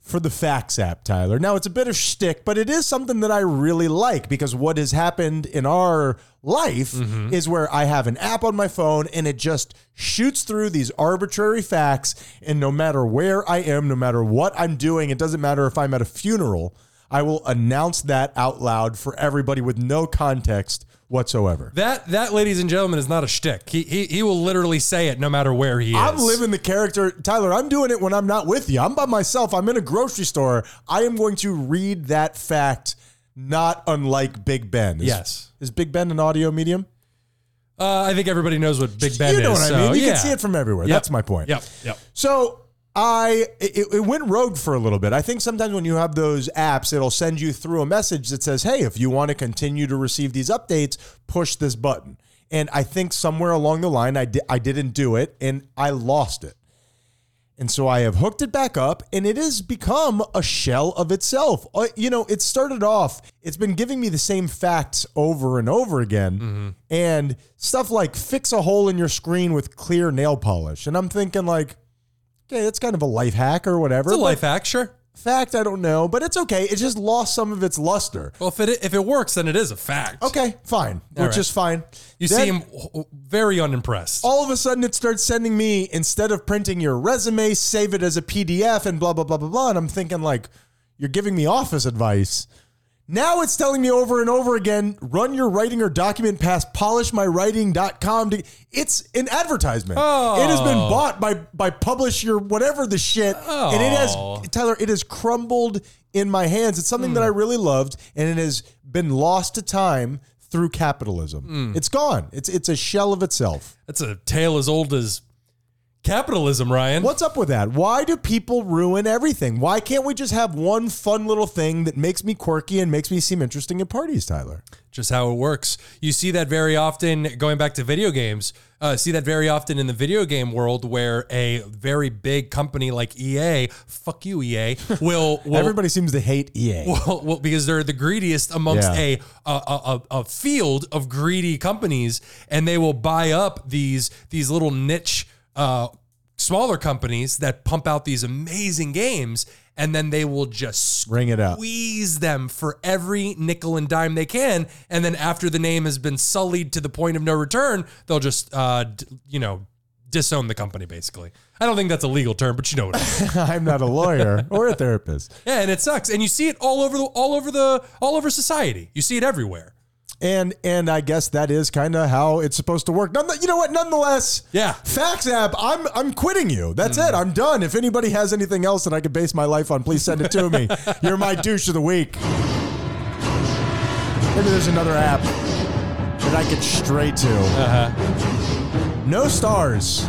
S1: for the Facts app, Tyler. Now it's a bit of shtick, but it is something that I really like because what has happened in our life is where I have an app on my phone and it just shoots through these arbitrary facts, and no matter where I am, no matter what I'm doing, it doesn't matter if I'm at a funeral. I will announce that out loud for everybody with no context whatsoever.
S2: That, that, ladies and gentlemen, is not a shtick. He, he, he will literally say it no matter where he is.
S1: I'm living the character, Tyler. I'm doing it when I'm not with you. I'm by myself. I'm in a grocery store. I am going to read that fact, not unlike Big Ben. Is-
S2: Yes.
S1: Is Big Ben an audio medium?
S2: Uh, I think everybody knows what Big Ben
S1: you
S2: is.
S1: know what
S2: so,
S1: I mean. You
S2: yeah.
S1: can see it from everywhere.
S2: Yep.
S1: That's my point.
S2: Yep. Yep.
S1: So I it, it went rogue for a little bit. I think sometimes when you have those apps, it'll send you through a message that says, "Hey, if you want to continue to receive these updates, push this button." And I think somewhere along the line, I di- I didn't do it, and I lost it. And so I have hooked it back up, and it has become a shell of itself. Uh, you know, it started off, it's been giving me the same facts over and over again,
S2: Mm-hmm.
S1: and stuff like fix a hole in your screen with clear nail polish. And I'm thinking, like, okay, that's kind of a life hack or whatever.
S2: It's a
S1: but
S2: life hack, sure.
S1: fact, I don't know, but it's okay. It just lost some of its luster.
S2: Well, if it if it works, then it is a fact.
S1: Okay, fine, which
S2: right.
S1: is fine.
S2: You
S1: Then-
S2: seem w- w- very unimpressed.
S1: all of a sudden it starts sending me instead of printing your resume save it as a pdf and blah blah blah blah blah and i'm thinking like you're giving me office advice now it's telling me over and over again run your writing or document past polishmywriting.com to, it's an advertisement it has been bought by by publish your whatever the shit and it has tyler it has crumbled in my hands it's something that i really loved and it has been lost to time through capitalism it's gone it's it's a shell of itself
S2: That's a tale as old as capitalism, Ryan.
S1: What's up with that? Why do people ruin everything? Why can't we just have one fun little thing that makes me quirky and makes me seem interesting at parties, Tyler?
S2: Just how it works. You see that very often. Going back to video games, uh, see that very often in the video game world, where a very big company like EA, fuck you, EA,
S1: <laughs>
S2: will will
S1: Everybody seems to hate E EA.
S2: Well, well, because they're the greediest amongst
S1: Yeah.
S2: a, a, a a field of greedy companies, and they will buy up these these little niche uh, smaller companies that pump out these amazing games, and then they will just
S1: Ring it up.
S2: squeeze them for every nickel and dime they can, and then after the name has been sullied to the point of no return, they'll just uh, d- you know disown the company basically. I don't think that's a legal term, but you know what I
S1: <laughs>
S2: mean.
S1: I'm not a lawyer or a therapist.
S2: Yeah, and it sucks. And you see it all over the all over the all over society. You see it everywhere.
S1: And and I guess that is kind of how it's supposed to work. None, you know what? Nonetheless,
S2: Yeah.
S1: Facts app. I'm I'm quitting you. That's it. I'm done. If anybody has anything else that I could base my life on, please send it to me. You're my douche of the week. Maybe there's another app that I could stray to. Uh-huh. No stars.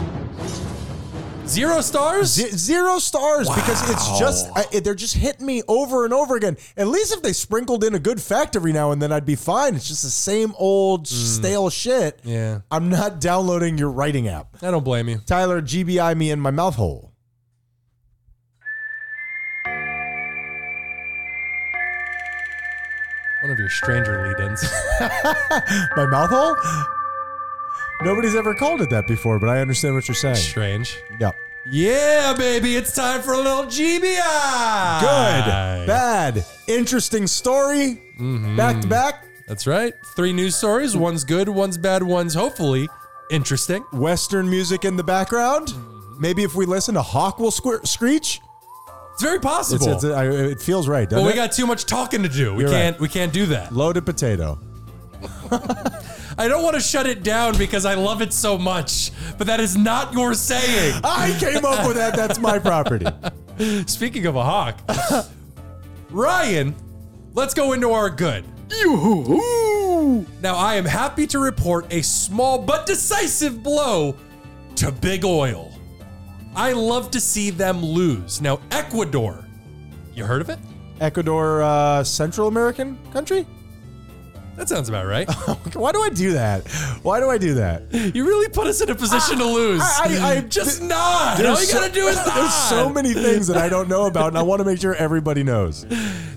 S2: Zero stars?
S1: Z- zero stars because it's just I, it- they're just hitting me over and over again. At least if they sprinkled in a good fact every now and then, I'd be fine. It's just the same old stale shit.
S2: yeah.
S1: I'm not downloading your writing app,
S2: I don't blame you.
S1: Tyler. GBI me in my mouth hole.
S2: One of your
S1: <laughs>
S2: stranger lead-ins.
S1: My mouth hole. Nobody's ever called it that before, but I understand what you're saying.
S2: Strange.
S1: Yeah.
S2: Yeah, baby, it's time for a little GBI.
S1: Good, bad, interesting story. Back to back.
S2: That's right. Three news stories. One's good, one's bad, one's hopefully interesting.
S1: Western music in the background. Maybe if we listen, a hawk will squir- screech.
S2: It's very
S1: It's,
S2: possible.
S1: it's, I, it feels right, doesn't
S2: but we
S1: it?
S2: got too much talking to do. We
S1: You're
S2: can't we can't do that.
S1: Loaded potato.
S2: I don't want to shut it down because I love it so much. But that is not your saying.
S1: I came up with that. That's my property.
S2: Speaking of a hawk, <laughs> Ryan, let's go into our good. Now, I am happy to report a small but decisive blow to Big Oil. I love to see them lose. Now, Ecuador, you heard of it?
S1: <laughs> Ecuador, uh, Central American country?
S2: That sounds
S1: <laughs>
S2: about right.
S1: Why do I do that? Why do I do that?
S2: you really put us in a position to lose.
S1: I- I- I-
S2: just nod. All
S1: There's
S2: you
S1: so-
S2: gotta do is
S1: <laughs>
S2: nod.
S1: There's so many things that I don't know about, and I want to make sure everybody knows.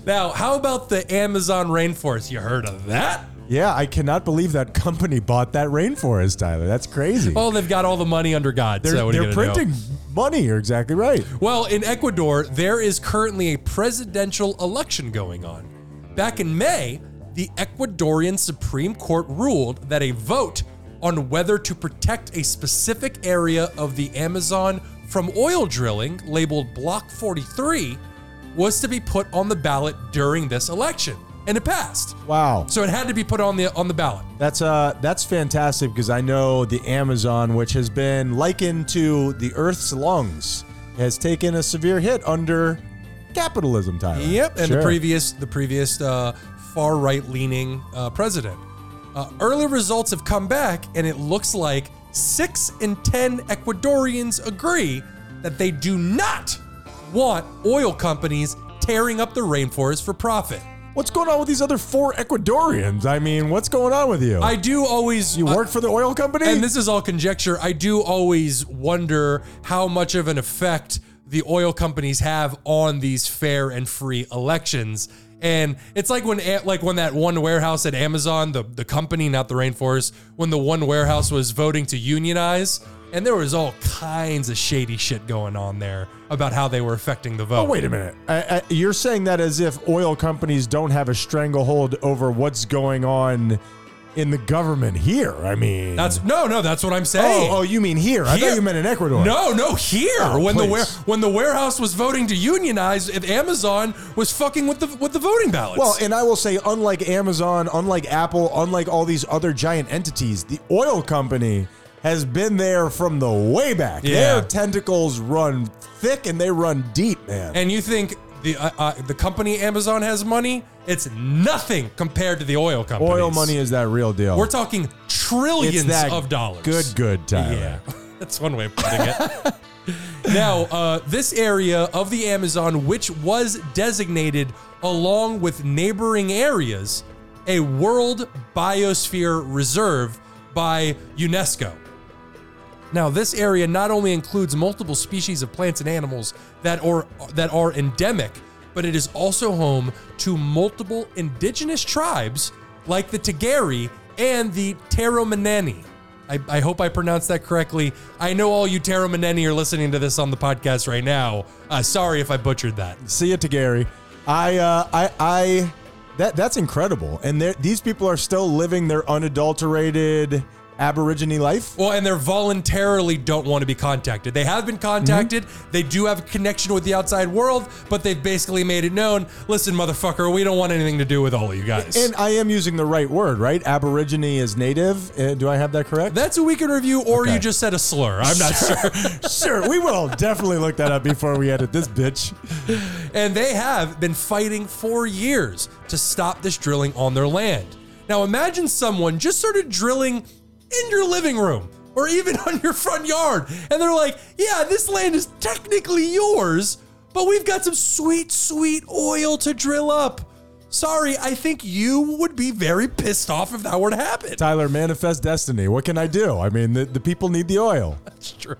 S2: Now, how about the Amazon rainforest? You heard of that?
S1: Yeah, I cannot believe that company bought that rainforest, Tyler. That's crazy.
S2: Well, they've got all the money under God.
S1: they're
S2: so what are you
S1: they're
S2: gonna do?
S1: printing money. You're exactly right.
S2: Well, in Ecuador, there is currently a presidential election going on. Back in May, the Ecuadorian Supreme Court ruled that a vote on whether to protect a specific area of the Amazon from oil drilling, labeled Block 43, was to be put on the ballot during this election. And it passed.
S1: Wow.
S2: So it had to be put on the on the ballot.
S1: That's uh that's fantastic because I know the Amazon, which has been likened to the Earth's lungs, has taken a severe hit under capitalism, Tyler.
S2: Yep, and
S1: Sure.
S2: the previous the previous uh, far right leaning uh, president. Uh, early results have come back, and it looks like six in ten Ecuadorians agree that they do not want oil companies tearing up the rainforest for profit.
S1: What's going on with these other four Ecuadorians? I mean, what's going on with you?
S2: I do always
S1: you
S2: I-
S1: work for the oil company?
S2: and this is all conjecture. I do always wonder how much of an effect the oil companies have on these fair and free elections. And it's like when A- like when that one warehouse at Amazon, the the company, not the rainforest, when the one warehouse was voting to unionize And there was all kinds of shady shit going on there about how they were affecting the vote.
S1: Oh, wait a minute. I, I, you're saying that as if oil companies don't have a stranglehold over what's going on in the government here. I mean,
S2: That's no, no. That's what I'm
S1: oh,
S2: saying.
S1: oh, you mean here? I
S2: Here.
S1: thought you meant in Ecuador.
S2: No, no, here
S1: Oh,
S2: when the
S1: please.
S2: ware, when the warehouse was voting to unionize, if Amazon was fucking with the with the voting ballots.
S1: Well, and I will say, unlike Amazon, unlike Apple, unlike all these other giant entities, the oil company has been there from the way back.
S2: Yeah.
S1: Their tentacles run thick and they run deep, man.
S2: and you think the uh, uh, the company Amazon has money? It's nothing compared to the oil companies.
S1: oil money is that real deal.
S2: We're talking trillions
S1: It's that
S2: of dollars.
S1: Good, good, Tyler.
S2: Yeah, <laughs> that's one way of putting it. <laughs> now, uh, this area of the Amazon, which was designated along with neighboring areas, a World Biosphere Reserve by UNESCO. Now, this area not only includes multiple species of plants and animals that or that are endemic, but it is also home to multiple indigenous tribes like the Tagari and the Taromaneni. I, I hope I pronounced that correctly. I know all you Taromaneni are listening to this on the podcast right now. Uh, sorry if I butchered that.
S1: See you, Gary. I, uh, I, I, that that's incredible. And they're- these people are still living their unadulterated Aborigine life.
S2: Well, and they're voluntarily don't want to be contacted. They have been contacted.
S1: Mm-hmm.
S2: They do have a connection with the outside world, but they've basically made it known. Listen, motherfucker, we don't want anything to do with all of you guys.
S1: And I am using the right word, right? Aborigine is native. Uh, do I have that correct?
S2: That's a weekend review, or
S1: Okay.
S2: you just said a slur.
S1: <laughs>
S2: I'm not sure.
S1: sure, we will definitely look that up before we edit this bitch.
S2: And they have been fighting for years to stop this drilling on their land. Now imagine someone just started drilling in your living room or even <laughs> on your front yard, and they're like, yeah, this land is technically yours, but we've got some sweet, sweet oil to drill up. Sorry, I think you would be very pissed off if that were to happen.
S1: Tyler, manifest destiny. What can I do? I mean, the, the people need the oil.
S2: That's true.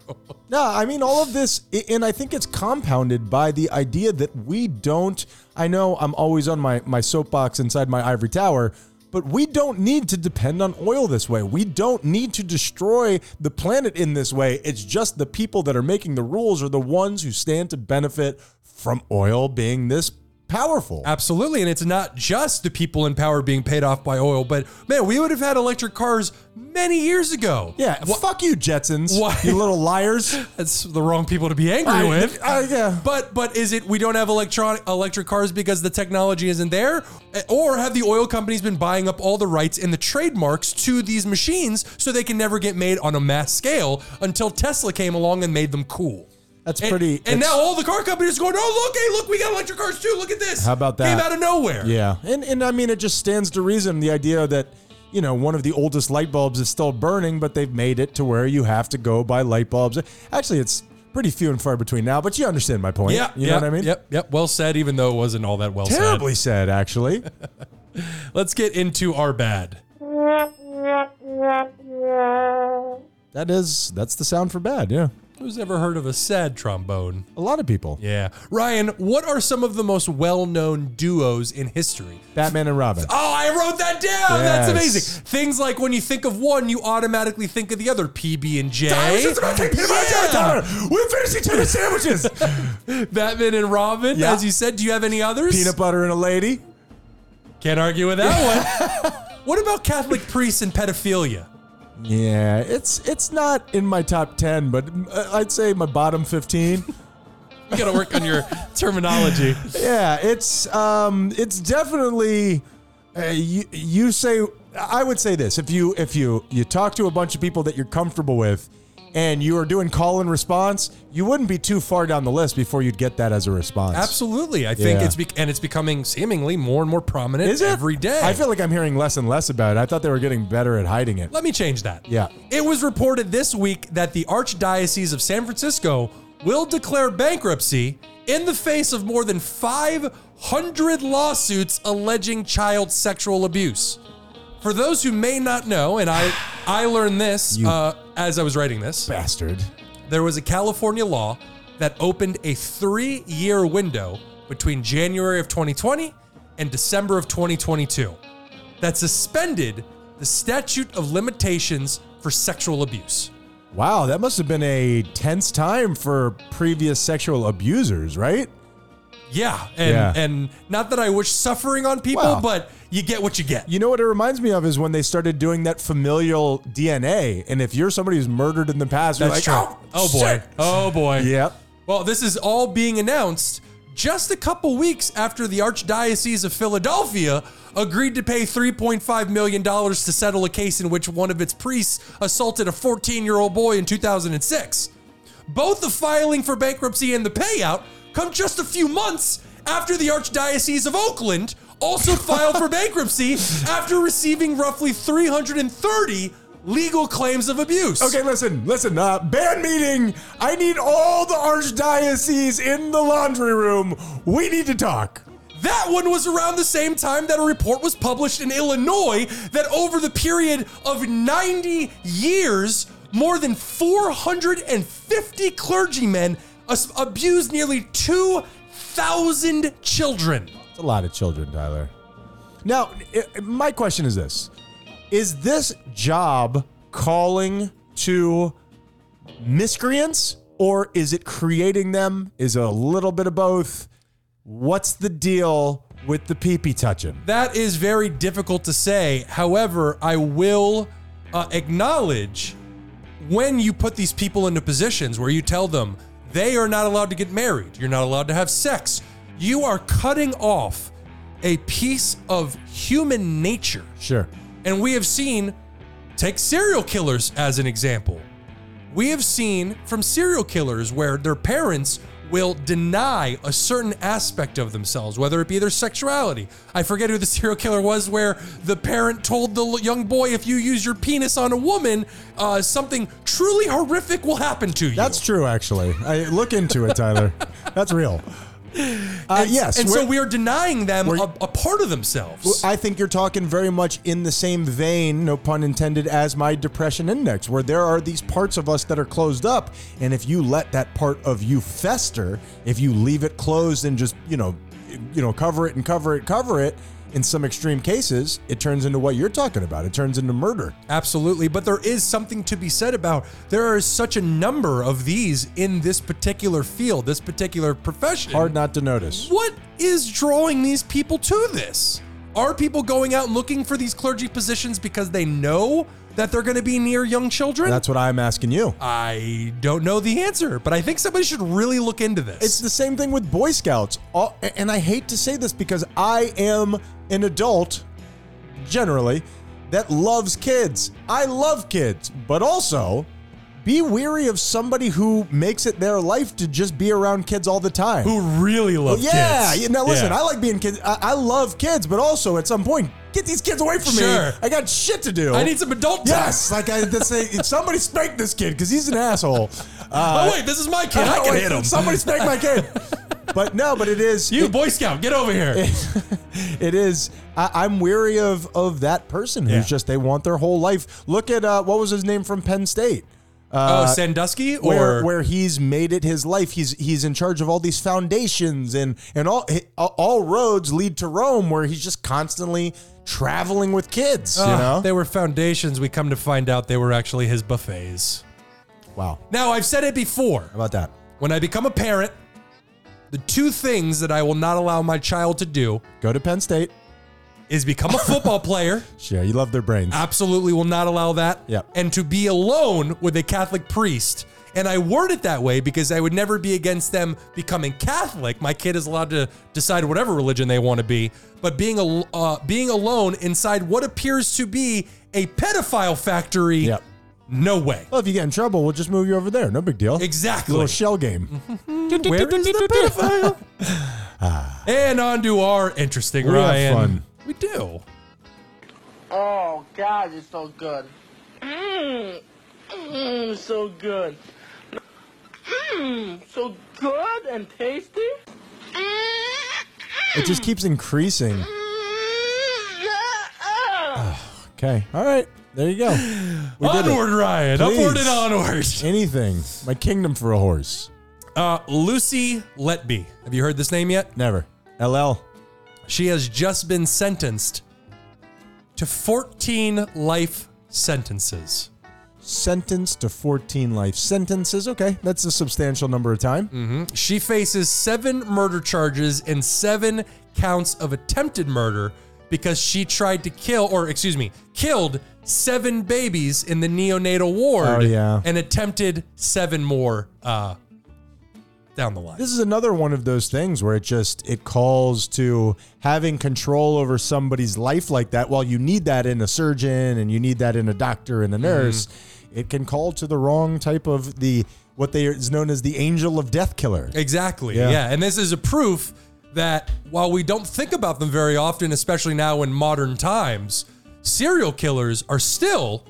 S1: No, I mean all of this, i- and I think it's compounded by the idea that we don't. I know I'm always on my my soapbox inside my ivory tower, but we don't need to depend on oil this way. We don't need to destroy the planet in this way. It's just the people that are making the rules are the ones who stand to benefit from oil being this powerful.
S2: Absolutely. And it's not just the people in power being paid off by oil, but man, we would have had electric cars many years ago.
S1: Yeah, fuck you, Jetsons.
S2: Why-
S1: You little liars.
S2: That's the wrong people to be angry with.
S1: I- Uh, yeah.
S2: But but is it we don't have electronic electric cars because the technology isn't there? Eh, Or have the oil companies been buying up all the rights and the trademarks to these machines so they can never get made on a mass scale until Tesla came along and made them cool?
S1: That's
S2: And-
S1: pretty.
S2: And
S1: it's-
S2: now all the car companies are going, oh look, hey, look, we got electric cars too. Look at this.
S1: How about that?
S2: Came out of nowhere.
S1: Yeah, and and I mean it just stands to reason the idea that you know one of the oldest light bulbs is still burning, but they've made it to where you have to go buy light bulbs. Actually, it's pretty few and far between now, but you understand my point.
S2: Yeah,
S1: you
S2: yeah,
S1: know what I mean.
S2: Yep, yep. Well said, even though it wasn't all that well
S1: Terribly sad, actually. <laughs>
S2: said. Let's get into our bad.
S1: that is that's the sound for bad. Yeah,
S2: Who's ever heard of a sad trombone?
S1: a lot of people.
S2: Yeah. Ryan, what are some of the most well known duos in history?
S1: Batman and Robin.
S2: Oh, I wrote that down. That's
S1: Yes.
S2: amazing. Things like when you think of one, you automatically think of the other. PB and J.
S1: We're finishing tuna sandwiches.
S2: Batman and Robin,
S1: Yeah.
S2: as you said. Do you have any
S1: <laughs>
S2: others?
S1: Peanut butter and a lady.
S2: Can't argue with
S1: <laughs>
S2: that one. what about Catholic priests and pedophilia?
S1: Yeah, it's it's not in my top ten, but uh, I'd say my bottom
S2: <laughs>
S1: fifteen.
S2: You gotta work on your
S1: <laughs>
S2: terminology.
S1: Yeah, it's um, it's definitely. Uh, you, you say I would say this if you if you you talk to a bunch of people that you're comfortable with, and you are doing call and response, you wouldn't be too far down the list before you'd get that as a response.
S2: Absolutely, I think
S1: Yeah.
S2: it's be- and it's becoming seemingly more and more prominent
S1: Is it
S2: every day.
S1: I feel like I'm hearing less and less about it. I thought they were getting better at hiding it.
S2: Let me change that.
S1: Yeah.
S2: It was reported this week that the Archdiocese of San Francisco will declare bankruptcy in the face of more than 500 lawsuits alleging child sexual abuse. For those who may not know, and I I learned this
S1: You-
S2: uh, as I was writing this
S1: Bastard.
S2: there was a California law that opened a three year window between January of 2020 and December of 2022 that suspended the statute of limitations for sexual abuse.
S1: Wow, that must have been a tense time for previous sexual abusers, right?
S2: Yeah, and
S1: Yeah.
S2: and not that I wish suffering on people,
S1: Well-
S2: but you get what you get.
S1: You know what it reminds me of is when they started doing that familial DNA. And if you're somebody who's murdered in the past, you're
S2: That's
S1: like,
S2: true. Oh, boy. Oh boy.
S1: shit." Yep.
S2: Well, this is all being announced just a couple weeks after the Archdiocese of Philadelphia agreed to pay $3.5 million to settle a case in which one of its priests assaulted a 14 year old boy in 2006. Both the filing for bankruptcy and the payout come just a few months after the Archdiocese of Oakland also filed for bankruptcy after receiving roughly 330 legal claims of abuse.
S1: Okay, listen, listen. Uh, band meeting. I need all the archdiocese in the laundry room. We need to talk.
S2: That one was around the same time that a report was published in Illinois that over the period of 90 years, more than 450 clergymen as- abused nearly 2,000 children.
S1: It's a lot of children, Tyler. Now, i i- my question is this Is this job calling to miscreants or is it creating them? Is it a little bit of both? What's the deal with the pee pee touching?
S2: That is very difficult to say. However, I will uh, acknowledge when you put these people into positions where you tell them they are not allowed to get married, you're not allowed to have sex, you are cutting off a piece of human nature.
S1: Sure.
S2: And we have seen, take serial killers as an example. We have seen from serial killers where their parents will deny a certain aspect of themselves, whether it be their sexuality. I forget who the <laughs> serial killer was, where the parent told the l- young boy, if you use your penis on a woman, uh, something truly horrific will happen to you.
S1: That's true, actually. I look into it,
S2: <laughs>
S1: Tyler. That's real. Uh, yes.
S2: and
S1: we're-
S2: so we are denying them
S1: we're-
S2: a, a part of themselves.
S1: I think you're talking very much in the same vein, no pun intended, as my depression index, where there are these parts of us that are closed up. And if you let that part of you fester, if you leave it closed and just, you know, you know, cover it and cover it, cover it, in some extreme cases, it turns into what you're talking about. It turns into murder.
S2: Absolutely, but there is something to be said about there is such a number of these in this particular field, this particular profession.
S1: Hard not to notice.
S2: What is drawing these people to this? Are people going out and looking for these clergy positions because they know that they're going to be near young children?
S1: That's what I'm asking you.
S2: I don't know the answer, but I think somebody should really look into this.
S1: It's the same thing with Boy Scouts. All, and I hate to say this because I am an adult, generally, that loves kids. I love kids, but also be weary of somebody who makes it their life to just be around kids all the time.
S2: who really love
S1: yeah.
S2: kids.
S1: yeah, Now listen,
S2: Yeah.
S1: I like being kids. I, I love kids, but also at some point, get these kids away from
S2: Sure.
S1: me. I got shit to do.
S2: I need some adult <laughs> time.
S1: Yes, like I that's say, somebody spank this kid because he's an
S2: <laughs>
S1: asshole. Uh,
S2: Oh wait, this is my kid. <laughs> I can
S1: Wait,
S2: hit him.
S1: Somebody spank my kid. But no, but it is
S2: you
S1: it-
S2: Boy Scout, get over <laughs> here.
S1: it is. I, I'm weary of of that person who's
S2: Yeah.
S1: just they want their whole life. Look at uh, what was his name from Penn State,
S2: oh, Sandusky or
S1: where where he's made it his life. He's he's in charge of all these foundations and and all all roads lead to Rome, where he's just constantly traveling with kids. you
S2: Ah,
S1: know,
S2: They were foundations. We come to find out they were actually his buffets.
S1: wow.
S2: Now, I've said it before.
S1: How about that?
S2: When I become a parent, the two things that I will not allow my child to do
S1: Go to Penn State.
S2: is
S1: <laughs>
S2: become a football player.
S1: Sure, you love their
S2: Ah.
S1: brains.
S2: Absolutely will not allow that.
S1: Yep.
S2: And to be alone with a Catholic priest. And I word it that way because I would never be against them becoming Catholic. My kid is allowed to decide whatever religion they want to be, but being al- uh, being alone inside what appears to be a pedophile factory,
S1: Yep.
S2: no way.
S1: Well, if you get in trouble, we'll just move you over there. No big deal.
S2: Exactly.
S1: Little shell game.
S2: Where is the pedophile?
S1: <laughs>
S2: Ah. and on to our interesting
S1: We have
S2: Ryan.
S1: fun.
S2: We do.
S5: Oh God, it's so good. Mmm, mmm, so good. Mmm, so good and tasty.
S1: It just keeps increasing. Okay. All right. There you go. We did it.
S2: onward, Ryan. Upward
S1: Please.
S2: and onward.
S1: Anything. My kingdom for a horse.
S2: Uh, Lucy Letby. Have you heard this name yet?
S1: Never. LL.
S2: She has just been sentenced to 14 life sentences
S1: sentenced to 14 life sentences. Okay, that's a substantial number of time.
S2: She faces seven murder charges and seven counts of attempted murder because she tried to kill, or excuse me, killed seven babies in the neonatal ward
S1: Oh, yeah.
S2: and attempted seven more uh, down the line.
S1: This is another one of those things where it just it calls to having control over somebody's life like that. While you need that in a surgeon and you need that in a doctor and a nurse, it can call to the wrong type of the what they is known as the angel of death killer.
S2: Exactly. Yeah.
S1: Yeah.
S2: And this is a proof that while we don't think about them very often, especially now in modern times, serial killers are still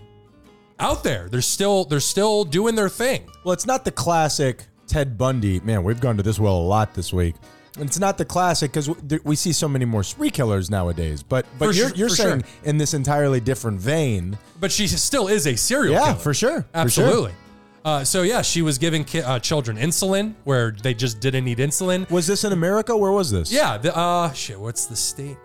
S2: out there. They're still they're still doing their thing.
S1: Well, it's not the classic Ted Bundy. Man, we've gone to this well a lot this week. And it's not the classic because we see so many more spree killers nowadays. But but
S2: For
S1: you're,
S2: sure-
S1: you're
S2: for
S1: saying
S2: sure.
S1: in this entirely different vein.
S2: But she still is a serial
S1: Yeah,
S2: killer.
S1: for sure. for sure.
S2: Absolutely. Uh, so yeah, she was giving ki- uh, children insulin where they just didn't need insulin.
S1: Was this in America? Where was this?
S2: Yeah. The, uh, shit. What's the state?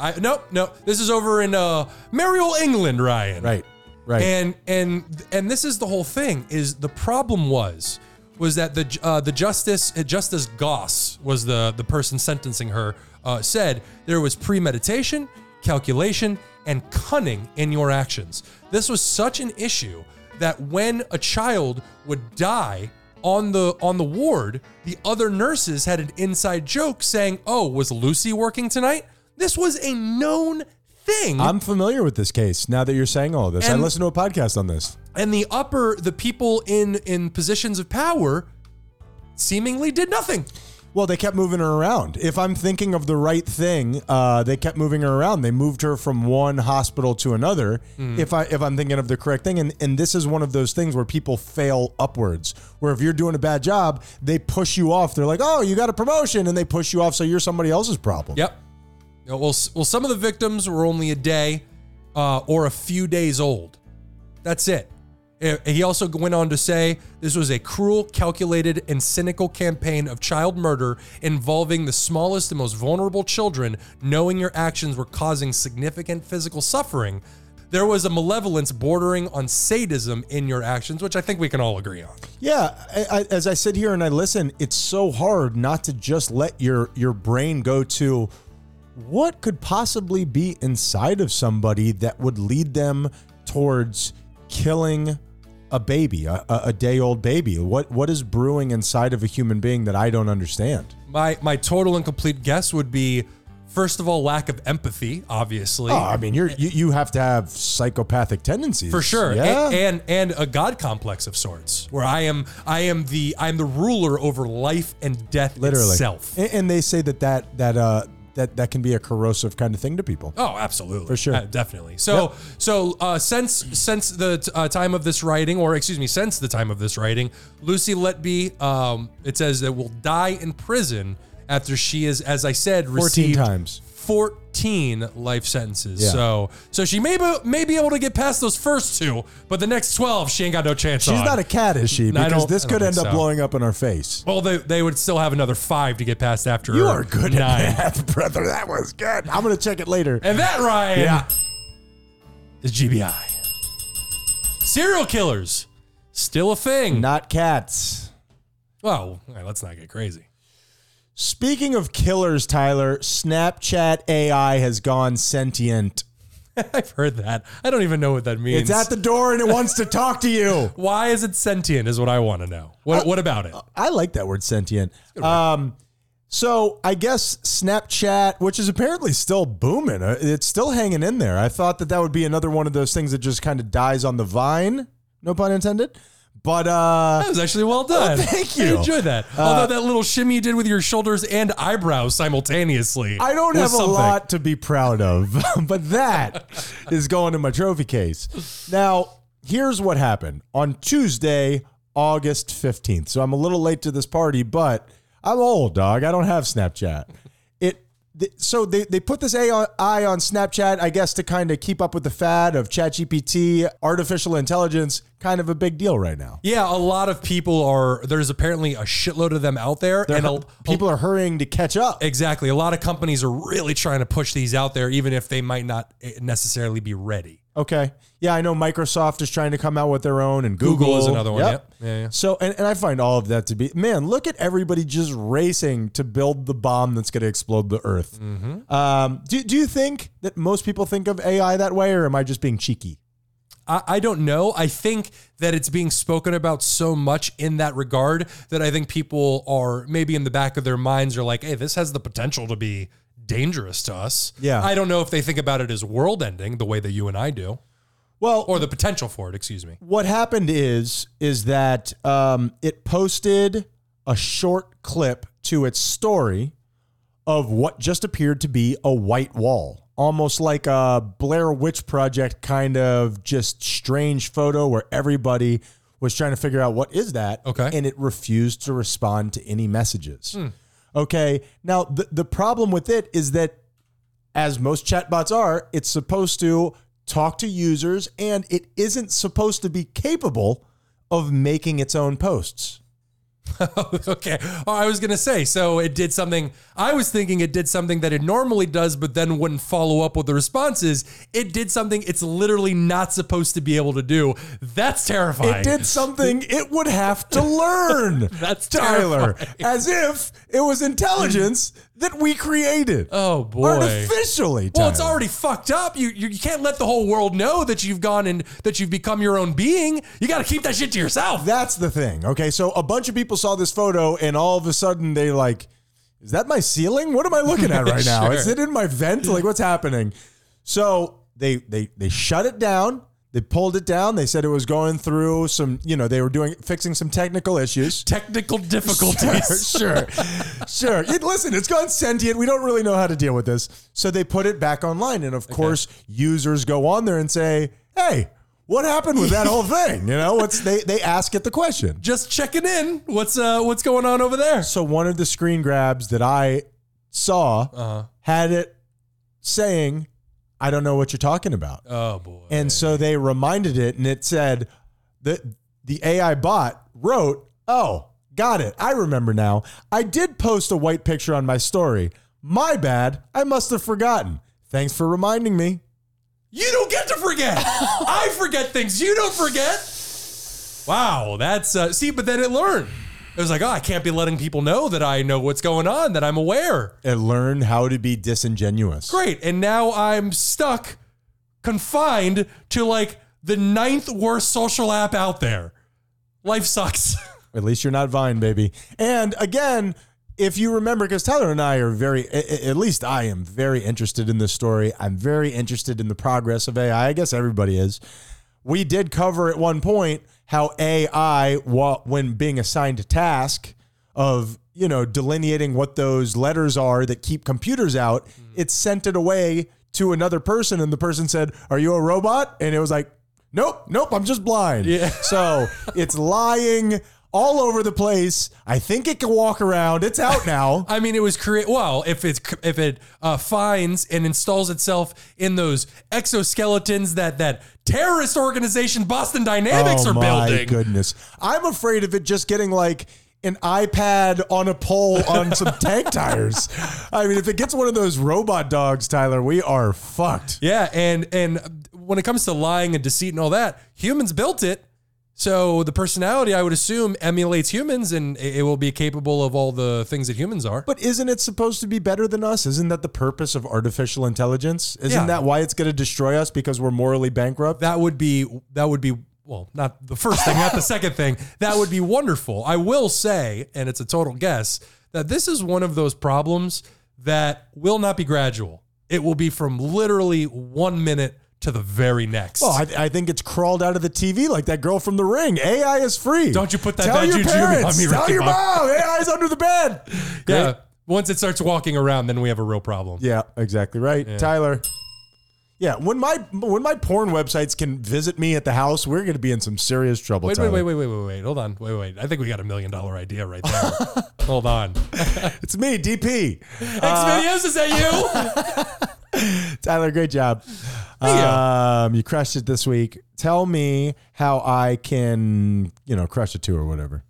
S2: I, no, no. This is over in uh, Merrill, England, Ryan.
S1: Right. Right.
S2: And and and this is the whole thing. Is the problem was was that the uh, the justice uh, Justice Goss was the the person sentencing her uh, said there was premeditation, calculation, and cunning in your actions. This was such an issue that when a child would die on the on the ward, the other nurses had an inside joke saying, "Oh, was Lucy working tonight?" This was a known thing.
S1: I'm familiar with this case now that you're saying all this.
S2: And-
S1: I listened to a podcast on this.
S2: and the upper the people in in positions of power seemingly did nothing
S1: Well, they kept moving her around. If I'm thinking of the right thing, uh, they kept moving her around. They moved her from one hospital to another. If I if I'm thinking of the correct thing, and and this is one of those things where people fail upwards. Where if you're doing a bad job, they push you off. They're like, oh, you got a promotion, and they push you off, so you're somebody else's problem.
S2: yep Yeah, well s- well some of the victims were only a day uh, or a few days old that's it Eh, he also went on to say this was a cruel calculated and cynical campaign of child murder involving the smallest and most vulnerable children knowing your actions were causing significant physical suffering there was a malevolence bordering on sadism in your actions which i think we can all agree on
S1: Yeah, I, I, as I sit here and I listen, it's so hard not to just let your your brain go to what could possibly be inside of somebody that would lead them towards killing a baby, a, a a day old baby. What what is brewing inside of a human being that I don't understand?
S2: My my total and complete guess would be first of all lack of empathy, obviously.
S1: Oh, I mean, you're, you you have to have psychopathic tendencies
S2: for sure.
S1: Yeah,
S2: And, and and a god complex of sorts where I am I am the I'm the ruler over life and death
S1: literally.
S2: itself.
S1: And, and they say that that that uh that that can be a corrosive kind of thing to people.
S2: Oh, absolutely, for
S1: sure.
S2: definitely. So, so uh, since since the t- uh, time of this writing, or excuse me, since the time of this writing, Lucy Letby, um, it says that will die in prison after she is, as I said,
S1: 14
S2: received
S1: times.
S2: fourteen life sentences.
S1: Yeah.
S2: So, so she may be, may be able to get past those first two, but the next twelve, she ain't got no chance.
S1: She's
S2: on.
S1: not a cat, is she?
S2: No, I
S1: Because
S2: don't-
S1: this
S2: I don't
S1: could end
S2: think
S1: up
S2: so.
S1: blowing up in our face.
S2: Well, they, they would still have another five to get past after.
S1: You
S2: her
S1: are good
S2: nine.
S1: at math, <laughs> brother. That was good. I'm gonna check it later.
S2: And that, Ryan,
S1: Yeah.
S2: is GBI. Serial killers, still a thing.
S1: Not cats.
S2: well, all right, let's not get crazy. <laughs>
S1: Speaking of killers, Tyler, Snapchat AI has gone sentient.
S2: I've heard that. I don't even know what that
S1: It's
S2: means.
S1: at the door and it wants to talk to you.
S2: Why is it sentient? Is what I want to know.
S1: Uh,
S2: What What about it?
S1: <laughs> I like that word sentient. Um, so I guess Snapchat, which is apparently still booming, uh, it's still hanging in there. I thought that that would be another one of those things that just kind of dies on the vine. No pun intended. But uh,
S2: That was actually well done.
S1: Oh, thank
S2: I
S1: you. Uh,
S2: enjoyed that. Although that little shimmy you did with your shoulders and eyebrows simultaneously.
S1: I don't
S2: was
S1: have a
S2: something.
S1: lot to be proud of, <laughs> but that is going in my trophy case. Now, here's what happened on Tuesday, August 15th. So I'm a little late to this party, but I'm old, dog. I don't have Snapchat. It th- so they, they put this AI on Snapchat, I guess, to kind of keep up with the fad of ChatGPT, artificial intelligence, kind of a big deal right now.
S2: Yeah, a lot of people are. There's apparently a shitload of them out there, and a,
S1: People are hurrying to catch up.
S2: Exactly. A lot of companies are really trying to push these out there, even if they might not eh, necessarily be ready.
S1: Okay. Yeah, I know Microsoft is trying to come out with their own, and Google,
S2: Google is another one, yep. Yeah, yeah.
S1: So, and, and I find all of that to be, man, look at everybody just racing to build the bomb that's going to explode the earth.
S2: Mm-hmm.
S1: Um, do, do you think that most people think of AI that way, or am I just being cheeky?
S2: I, I don't know. I think that it's being spoken about so much in that regard that I think people are maybe in the back of their minds are like, hey, this has the potential to be dangerous to us.
S1: Yeah.
S2: I don't know if they think about it as world ending the way that you and I do,
S1: Well,
S2: or the potential for it, excuse me. <laughs>
S1: what happened is is that um, it posted a short clip to its story of what just appeared to be a white wall almost like a blair witch project kind of just strange photo where everybody was trying to figure out what is that
S2: Okay.
S1: and it refused to respond to any messages okay now the, the problem with it is that as most chatbots are, it's supposed to talk to users and it isn't supposed to be capable of making its own posts.
S2: okay. Oh, I was going to say, so it did something. I was thinking it did something that it normally does, but then wouldn't follow up with the responses. It did something it's literally not supposed to be able to do. That's terrifying.
S1: It did something it would have to learn.
S2: <laughs> That's
S1: Tyler, as if it was intelligence that we created.
S2: Oh, boy.
S1: Artificially.
S2: Well, it's
S1: Tyler.
S2: already fucked up. You, you you can't let the whole world know that you've gone and that you've become your own being. You got to keep that shit to yourself.
S1: That's the thing. Okay, so a bunch of people saw this photo and all of a sudden they like, is that my ceiling? What am I looking at right now?
S2: Sure.
S1: Is it in my vent? Like what's happening? So they they they shut it down. They pulled it down. They said it was going through some, you know, they were doing fixing some technical issues.
S2: Technical <laughs>
S1: <laughs>
S2: difficulties.
S1: Sure, sure, sure. It- listen, it's gone sentient. We don't really know how to deal with this. So they put it back online. And of course, users go on there and say, hey, what happened with that whole thing? You know, what's they they ask it the question.
S2: Just checking in. What's uh what's going on over there?
S1: So one of the screen grabs that I saw
S2: Uh-huh.
S1: had it saying, "I don't know what you're talking about,"
S2: Oh boy.
S1: and so they reminded it, and it said that the AI bot wrote, "Oh, got it. I remember now. I did post a white picture on my story. My bad. I must have forgotten. Thanks for reminding me."
S2: You don't get to <laughs> forget. I forget things. You don't forget. Wow, that's uh, see, but then it learned. It was like, oh, I can't be letting people know that I know what's going on, that I'm aware.
S1: It learned how to be disingenuous.
S2: Great, and now I'm stuck, confined to like the ninth worst social app out there. Life sucks. <laughs>
S1: At least you're not Vine, baby. And again, if you remember, because Tyler and I are very, a- a- at least I am very interested in this story. I'm very interested in the progress of AI. I guess everybody is. We did cover at one point how AI, wa- when being assigned a task of, you know, delineating what those letters are that keep computers out, it sent it away to another person and the person said, Are you a robot? And it was like, Nope, nope, I'm just blind. So it's lying all over the place. I think it can walk around. It's out now.
S2: I mean, it was create. Well, if it's if it uh, finds and installs itself in those exoskeletons that that terrorist organization Boston Dynamics
S1: oh
S2: are
S1: my
S2: building,
S1: goodness. I'm afraid of it just getting like an iPad on a pole on
S2: <laughs>
S1: some tank tires. I mean, if it gets one of those robot dogs, Tyler, we are fucked.
S2: Yeah, and and when it comes to lying and deceit and all that, humans built it. So the personality, I would assume, emulates humans, and it it will be capable of all the things that humans are.
S1: But isn't it supposed to be better than us? Isn't that the purpose of artificial intelligence? Isn't
S2: Yeah.
S1: that why it's going to destroy us because we're morally bankrupt?
S2: that would be that would be well, not the first thing, not the second thing. That would be wonderful. I will say, and it's a total guess, that this is one of those problems that will not be gradual. It will be from literally one minute to the very next.
S1: Well, Oh, I, I think it's crawled out of the TV like that girl from The Ring. AI is free.
S2: Don't you put that
S1: Tell
S2: bad
S1: your
S2: juju on
S1: parents.
S2: me,
S1: Tell
S2: Ricky
S1: your
S2: Bob.
S1: mom. AI is under the bed.
S2: yeah. Once it starts walking around, then we have a real problem.
S1: Yeah, exactly right, Tyler. Yeah, when my when my porn websites can visit me at the house, we're going to be in some serious trouble.
S2: Wait, wait,
S1: Tyler.
S2: wait, wait, wait, wait, wait. Hold on. Wait, wait. I think we got a million dollar idea right <laughs> there. Hold on.
S1: It's me, DP.
S2: Xvideos, is <laughs> that you?
S1: Tyler, great job.
S2: you.
S1: Um, you crushed it this week. Tell me how I can, you know, crush it too or whatever.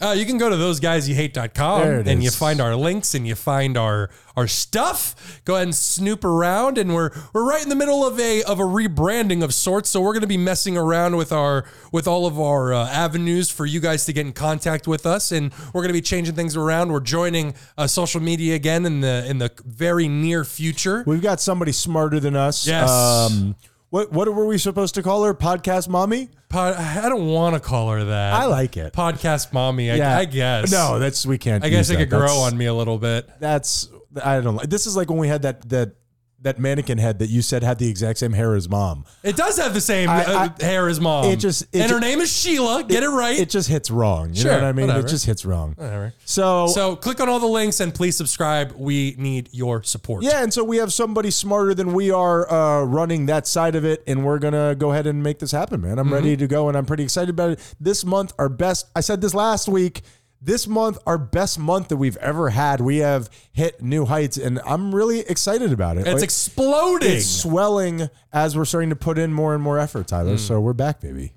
S2: Uh, you can go to thoseguysyouhate.com
S1: There it
S2: and you
S1: is.
S2: find our links and you find our our stuff. Go ahead and snoop around and we're we're right in the middle of a of a rebranding of sorts, so we're going to be messing around with our with all of our uh, avenues for you guys to get in contact with us and we're going to be changing things around. We're joining uh, social media again in the in the very near future.
S1: We've got somebody smarter than us. Um,
S2: Yes.
S1: what what were we supposed to call her? Podcast mommy?
S2: Pod, I don't want to call her that.
S1: I like it.
S2: podcast mommy. I, I guess.
S1: No, that's we can't.
S2: I
S1: use
S2: guess it could
S1: that.
S2: grow
S1: That's-
S2: on me a little bit.
S1: That's I don't like. This is like when we had that that that mannequin head that you said had the exact same hair as mom.
S2: It does have the same
S1: I-
S2: uh, hair as mom.
S1: It just- it
S2: and her
S1: ju-
S2: name is Sheila. Get it, right.
S1: It just hits wrong. You
S2: Sure,
S1: know what I mean?
S2: whatever.
S1: It just hits wrong.
S2: Whatever.
S1: So,
S2: So click on all the links and please subscribe. We need your support.
S1: yeah, and so we have somebody smarter than we are uh, running that side of it, and we're gonna go ahead and make this happen, man. I'm
S2: Mm-hmm.
S1: ready to go, and I'm pretty excited about it. This month, our best. I said this last week. This month, our best month that we've ever had. We have hit new heights, and I'm really excited about it.
S2: It's
S1: Like,
S2: exploding.
S1: it's swelling as we're starting to put in more and more effort, Tyler. So we're back, baby.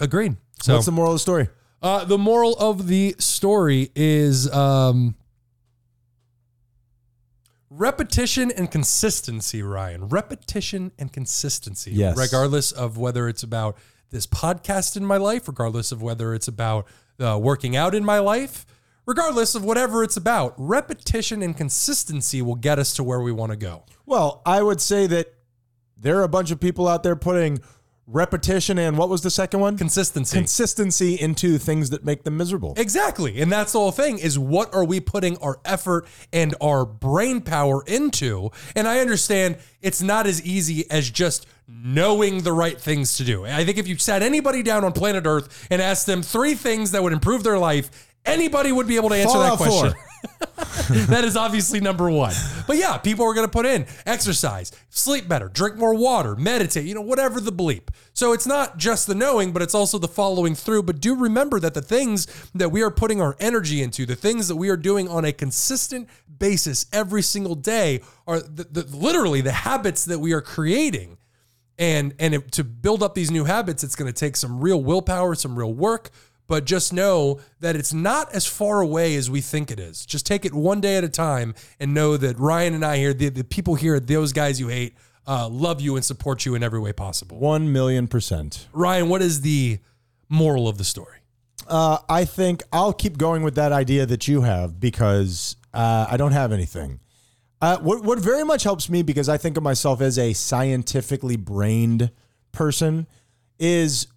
S2: Agreed. Mm. So
S1: What's the moral of the story?
S2: uh, the moral of the story is um, repetition and consistency, Ryan. Repetition and consistency.
S1: Yes.
S2: Regardless of whether it's about this podcast in my life, regardless of whether it's about uh, working out in my life, regardless of whatever it's about, repetition and consistency will get us to where we want to go.
S1: Well, I would say that there are a bunch of people out there putting repetition and what was the second one?
S2: Consistency.
S1: Consistency into things that make them miserable.
S2: Exactly. And that's the whole thing is what are we putting our effort and our brain power into? And I understand it's not as easy as just knowing the right things to do. I think if you sat anybody down on planet Earth and asked them three things that would improve their life, anybody would be able to answer
S1: Fallout
S2: that question.
S1: 4.
S2: <laughs> that is obviously number one. But yeah, people are going to put in exercise, sleep better, drink more water, meditate, you know, whatever the bleep. So it's not just the knowing, but it's also the following through. But do remember that the things that we are putting our energy into, the things that we are doing on a consistent basis every single day, are the, the, literally the habits that we are creating and and if, to build up these new habits it's going to take some real willpower some real work but just know that it's not as far away as we think it is just take it one day at a time and know that ryan and i here the, the people here at those guys you hate uh, love you and support you in every way possible
S1: One million percent.
S2: ryan what is the moral of the story
S1: Uh, I think I'll keep going with that idea that you have because uh, I don't have anything. Uh, what, what very much helps me because I think of myself as a scientifically brained person is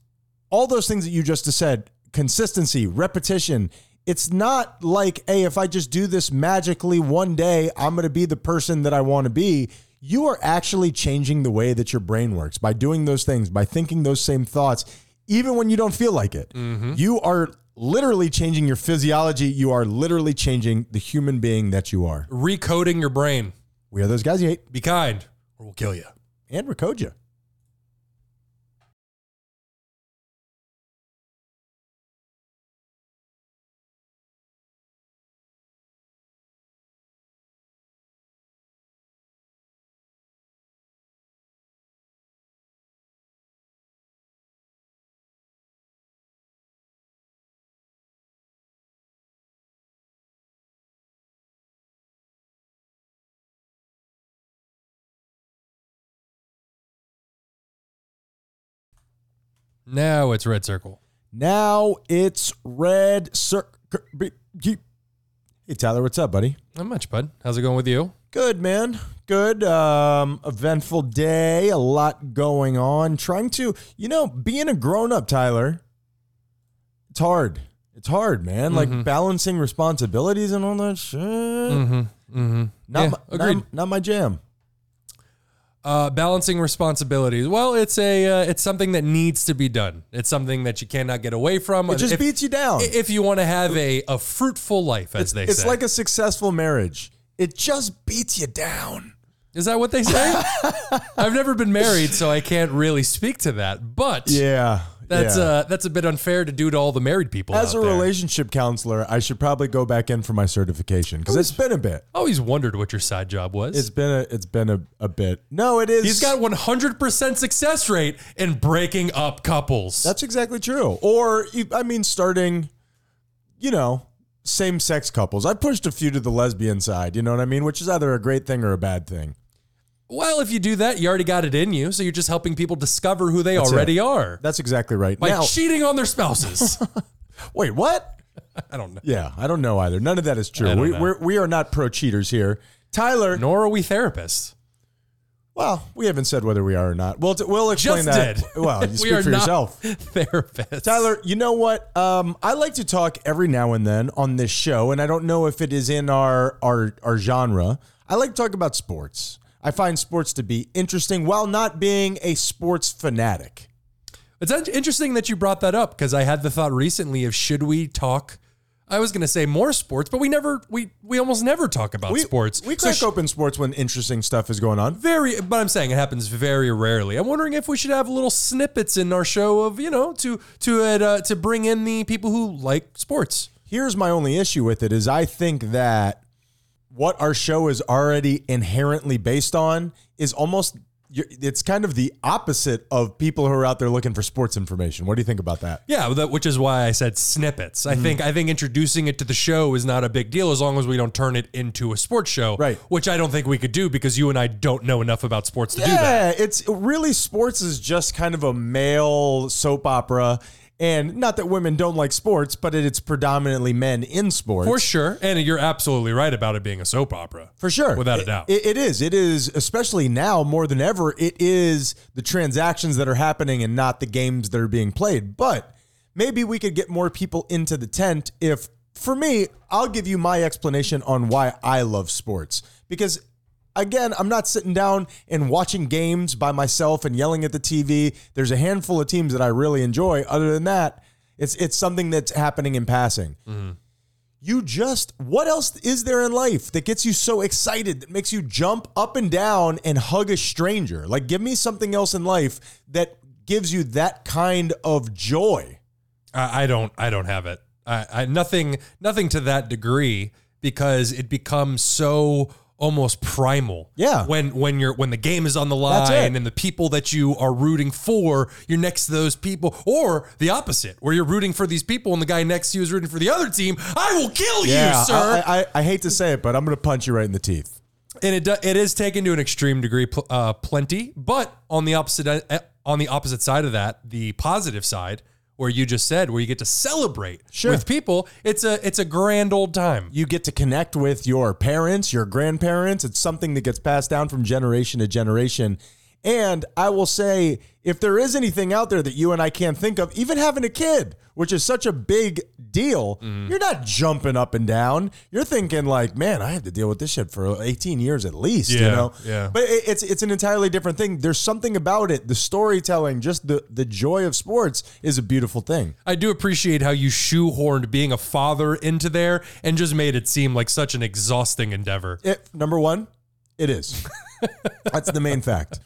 S1: all those things that you just said consistency, repetition. It's not like, hey, if I just do this magically one day, I'm going to be the person that I want to be. You are actually changing the way that your brain works by doing those things, by thinking those same thoughts, even when you don't feel like it. You are literally changing your physiology. You are literally changing the human being that you are.
S2: recoding your brain
S1: We are those guys you hate,
S2: be kind or we'll kill you
S1: and we're Koja.
S2: now it's red circle
S1: Now it's red circle. Hey Tyler, what's up, buddy?
S2: not much bud how's it going with you
S1: Good, man. Good. Um, eventful day. A lot going on. Trying to, you know, being a grown up, Tyler. It's hard. It's hard, man.
S2: Mm-hmm.
S1: Like balancing responsibilities and all that shit. Not,
S2: Mm-hmm. Yeah,
S1: my,
S2: agreed.
S1: not, not my jam.
S2: Uh, balancing responsibilities. Well, it's a uh, it's something that needs to be done. It's something that you cannot get away from.
S1: It just
S2: if,
S1: beats you down.
S2: if you want to have a, a fruitful life, as they
S1: it's
S2: say.
S1: like a successful marriage. It just beats you down.
S2: Is that what they say?
S1: <laughs>
S2: I've never been married, so I can't really speak to that. But
S1: Yeah.
S2: that's
S1: yeah.
S2: uh that's a bit unfair to do to all the married people.
S1: As a
S2: out there.
S1: relationship counselor, I should probably go back in for my certification because it's been a bit.
S2: I always wondered what your side job was.
S1: It's been a it's been a, a bit. No, it is.
S2: He's got 100% success rate in breaking up couples.
S1: That's exactly true. Or you- I mean, starting you know, same sex couples. I pushed a few to the lesbian side, you know what I mean? Which is either a great thing or a bad thing.
S2: Well, if you do that, you already got it in you. So you're just helping people discover who they
S1: it.
S2: already are
S1: That's exactly right.
S2: by
S1: now,
S2: cheating on their spouses. <laughs>
S1: wait, what?
S2: I don't know.
S1: Yeah, I don't know either. None of that is true.
S2: don't
S1: We,
S2: know.
S1: we're, we are not pro cheaters here. Tyler,
S2: Nor are we therapists. <laughs>
S1: well, we haven't said whether we are or not. We'll, we'll explain
S2: Just
S1: that.
S2: did.
S1: Well, you
S2: <laughs> We
S1: speak
S2: are
S1: for
S2: not
S1: yourself.
S2: Therapists.
S1: Tyler, you know what? Um, I like to talk every now and then on this show, and I don't know if it is in our our, our genre. I like to talk about sports. I find sports to be interesting while not being a sports fanatic.
S2: It's in- interesting that you brought that up because I had the thought recently of should we talk? I was going to say more sports, but we never we we almost never talk about
S1: We,
S2: sports.
S1: We
S2: So
S1: crack
S2: sh-
S1: open sports when interesting stuff is going on.
S2: very, but I'm saying it happens very rarely. I'm wondering if we should have little snippets in our show of you know to to uh, to bring in the people who like sports.
S1: Here's my only issue with it is I think that what our show is already inherently based on is almost you're- it's kind of the opposite of people who are out there looking for sports information. What do you think about that?
S2: Yeah, that, which is why I said snippets.
S1: Mm-hmm.
S2: I think I think introducing it to the show is not a big deal as long as we don't turn it into a sports show,
S1: Right.
S2: Which I don't think we could do because you and I don't know enough about sports to do that.
S1: yeah, it's really sports is just kind of a male soap opera. And not that women don't like sports, but it, it's predominantly men in sports.
S2: For sure. And you're absolutely right about it being a soap opera.
S1: For sure.
S2: Without a
S1: It-
S2: doubt.
S1: it- it is. It is, especially now more than ever, it is the transactions that are happening and not the games that are being played. But maybe we could get more people into the tent if, for me, I'll give you my explanation on why I love sports. Because, again, I'm not sitting down and watching games by myself and yelling at the TV. There's a handful of teams that I really enjoy. Other than that, it's, it's something that's happening in passing you just what else is there in life that gets you so excited that makes you jump up and down and hug a stranger like give me something else in life that gives you that kind of joy
S2: I, I don't I don't have it. I, I nothing nothing to that degree because it becomes so almost primal.
S1: Yeah.
S2: When when you're when the game is on the
S1: That's
S2: line
S1: it.
S2: and the people that you are rooting for, you're next to those people. Or the opposite, where you're rooting for these people and the guy next to you is rooting for the other team. I will kill you,
S1: I,
S2: sir.
S1: I, I hate to say it but i'm gonna punch you right in the teeth
S2: and it do, it is taken to an extreme degree, pl- uh, plenty. But on the opposite uh, on the opposite side of that, the positive side, where you just said, where you get to celebrate
S1: Sure.
S2: with people, it's a it's a grand old time.
S1: you get to connect with your parents your grandparents it's something that gets passed down from generation to generation and i will say if there is anything out there that you and i can't think of even having a kid which is such a big deal
S2: Mm-hmm.
S1: you're not jumping up and down you're thinking like man i have to deal with this shit for 18 years at least you
S2: Yeah,
S1: know
S2: yeah.
S1: but it, it's it's an entirely different thing there's something about it the storytelling just the the joy of sports is a beautiful thing
S2: I do appreciate how you shoehorned being a father into there and just made it seem like such an exhausting endeavor.
S1: It, number one, it is. That's the main fact.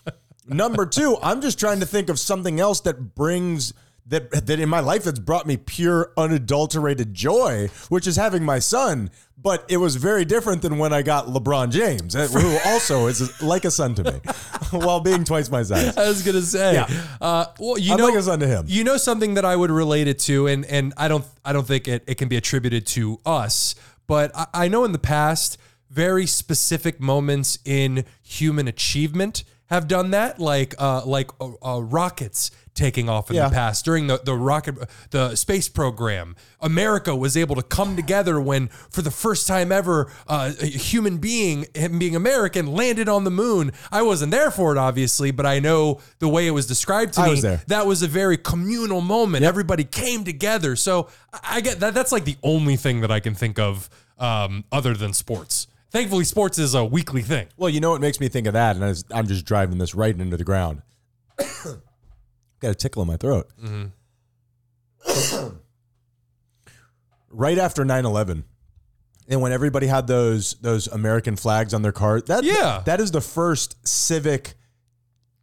S1: Number two, I'm just trying to think of something else that brings that that in my life that's brought me pure unadulterated joy, which is having my son. But it was very different than when I got LeBron James, eh, who also is like a son to me, <laughs> while being twice my size.
S2: <laughs> I was gonna say,
S1: Yeah.
S2: uh, well, you
S1: I'm
S2: know,
S1: like it's unto him.
S2: You know something that I would relate it to, and and I don't I don't think it, it can be attributed to us, but I, I know in the past very specific moments in human achievement have done that, like uh, like uh, uh, rockets taking off in
S1: Yeah.
S2: the past during the the rocket the space program. America was able to come together when, for the first time ever, uh, a human being, him being American, landed on the moon. I wasn't there for it, obviously, but I know the way it was described to
S1: I
S2: me.
S1: was there.
S2: That was a very communal moment. Everybody came together. So I- I get that. That's like the only thing that I can think of um, other than sports. Thankfully, sports is a weekly thing.
S1: Well, you know what makes me think of that, and I was- I'm just driving this right into the ground. <coughs> Got a tickle in my throat. <coughs> right after 9/11, and when everybody had those those American flags on their car, that
S2: Yeah.
S1: that is the first civic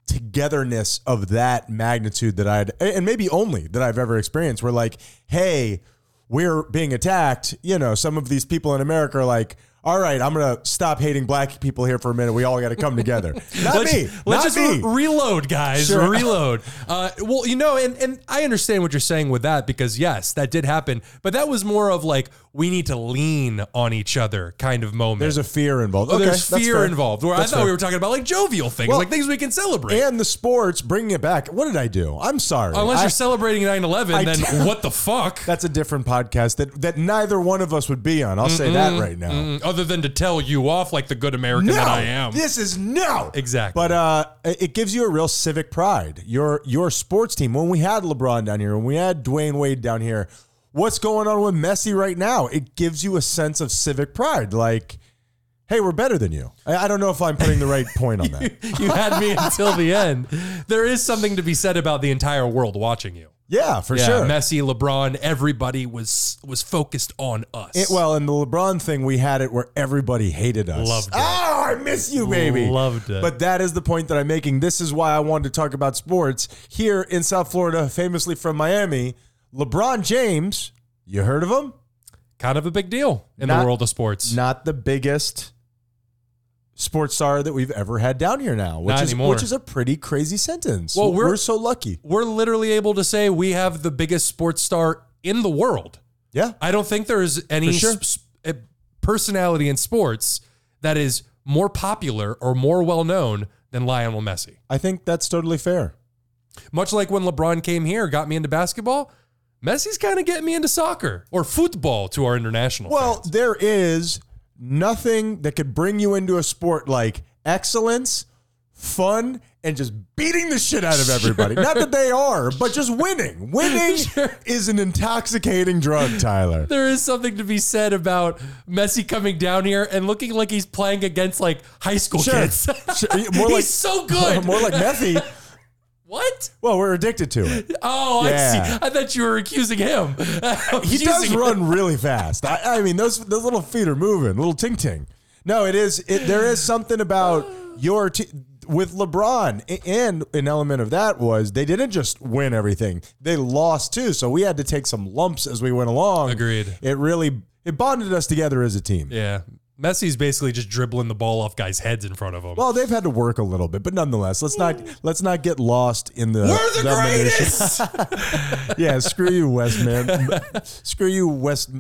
S1: togetherness of that magnitude that I'd and maybe only that I've ever experienced. Where like, hey, we're being attacked. You know, some of these people in America are like, all right, I'm gonna stop hating black people here for a minute. We all got to come
S2: <laughs>
S1: together. Not
S2: let's,
S1: me.
S2: let's
S1: Not
S2: just
S1: me.
S2: re- reload, guys.
S1: Sure.
S2: Reload. Uh, well, you know, and and I understand what you're saying with that because yes, that did happen, but that was more of like we need to lean on each other kind of moment.
S1: there's a fear involved.
S2: Oh,
S1: Okay,
S2: there's
S1: that's
S2: fear
S1: fair.
S2: involved. Where
S1: That's
S2: I thought
S1: fair.
S2: we were talking about like jovial things,
S1: Well,
S2: like things we can celebrate.
S1: and the sports bringing it back. What did I do? I'm sorry.
S2: Unless
S1: I-
S2: you're celebrating 9/11,
S1: I <laughs>
S2: then
S1: did-
S2: what the fuck?
S1: that's a different podcast that that neither one of us would be on. I'll say that right now.
S2: Mm, Other than to tell you off like the good American that I am.
S1: This is no.
S2: Exactly.
S1: But uh, it gives you a real civic pride. Your your sports team. When we had LeBron down here, when we had Dwayne Wade down here, what's going on with Messi right now? It gives you a sense of civic pride. Like, hey, we're better than you. I, I don't know if I'm putting the right point on
S2: <laughs>
S1: that.
S2: <laughs> you had me until the end. There is something to be said about the entire world watching you.
S1: Yeah, for
S2: Yeah,
S1: sure.
S2: Messi, LeBron, everybody was was focused on us.
S1: It- well, in the LeBron thing, we had it where everybody hated us.
S2: Loved it.
S1: Oh, I miss you, baby.
S2: Loved it.
S1: But that is the point that I'm making. This is why I wanted to talk about sports here in South Florida, famously from Miami. LeBron James, you heard of him?
S2: kind of a big deal in
S1: Not-
S2: the world of sports.
S1: Not the biggest sports star that we've ever had down here now, which
S2: Not
S1: is
S2: anymore.
S1: which is a pretty crazy sentence.
S2: Well, we're-
S1: we're so lucky.
S2: We're literally able to say we have the biggest sports star in the world.
S1: Yeah.
S2: I don't think there is any
S1: For sure.
S2: sp- sp- eh, personality in sports that is more popular or more well known than Lionel Messi.
S1: I think that's totally fair.
S2: Much like when LeBron came here, got me into basketball. Messi's kind of getting me into soccer or football to our international.
S1: Well,
S2: fans.
S1: there is nothing that could bring you into a sport like excellence, fun, and just beating the shit out of
S2: <laughs>
S1: everybody. Not that they are, but just winning. Winning
S2: Sure.
S1: is an intoxicating drug, Tyler.
S2: there is something to be said about Messi coming down here and looking like he's playing against like high school
S1: Sure.
S2: kids. <laughs>
S1: Sure. More
S2: he's
S1: like-
S2: so
S1: <laughs>
S2: good.
S1: More like methy.
S2: what?
S1: Well, we're addicted to it.
S2: Oh,
S1: Yeah.
S2: I see. I thought you were accusing him. <laughs>
S1: He does run really fast. I, I mean, those those little feet are moving, little ting ting. No, it is. It, there is something about your t- with LeBron, a- and an element of that was they didn't just win everything; they lost too. So we had to take some lumps as we went along.
S2: Agreed.
S1: It really it bonded us together as a team.
S2: Yeah. Messi's basically just dribbling the ball off guys' heads in front of him.
S1: Well, they've had to work a little bit, but nonetheless, let's not let's not get lost in the.
S2: We're the
S1: minutia. <laughs>
S2: greatest!
S1: yeah, screw you, West man. screw you, West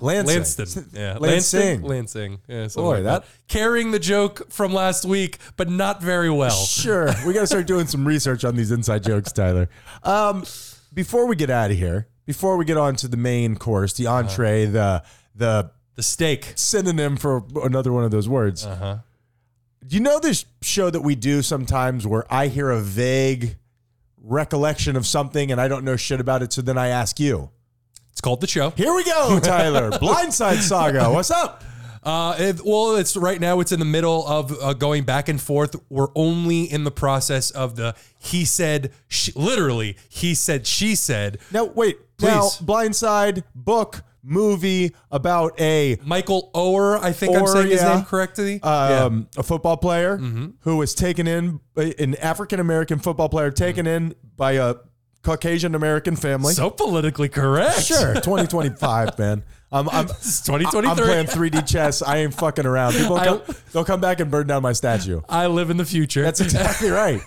S1: Lansing.
S2: Lanston. Yeah.
S1: Lansing.
S2: Lansing. Yeah, something
S1: Boy,
S2: like that. Carrying the joke from last week, but not very well.
S1: Sure. We got to start doing some research on these inside jokes, Tyler. Um, before we get out of here, before we get on to the main course, the entree, the the
S2: The steak.
S1: synonym for another one of those words. Uh-huh. You know this show that we do sometimes where I hear a vague recollection of something and I don't know shit about it, so then I ask you.
S2: It's called the show.
S1: Here we
S2: <laughs>
S1: go, Tyler. Blindside Saga. What's up?
S2: Uh, it- well, it's right now. It's in the middle of uh, going back and forth. We're only in the process of the he said, she, literally he said, she said.
S1: Now wait. Now,
S2: Please.
S1: Blindside book movie about a
S2: Michael Oher, I think I'm
S1: Oher,
S2: saying his
S1: yeah.
S2: name correctly. Yeah. Mm-hmm.
S1: um, a football player who was taken in, uh, an African American football player taken in by a Caucasian American family.
S2: So politically correct.
S1: sure, 2025, man. I'm, I'm,
S2: <laughs> It's
S1: I'm
S2: 2023.
S1: playing 3D chess. I ain't fucking around. People
S2: I-
S1: come, they'll come back and burn down my statue.
S2: I live in the future.
S1: That's exactly right.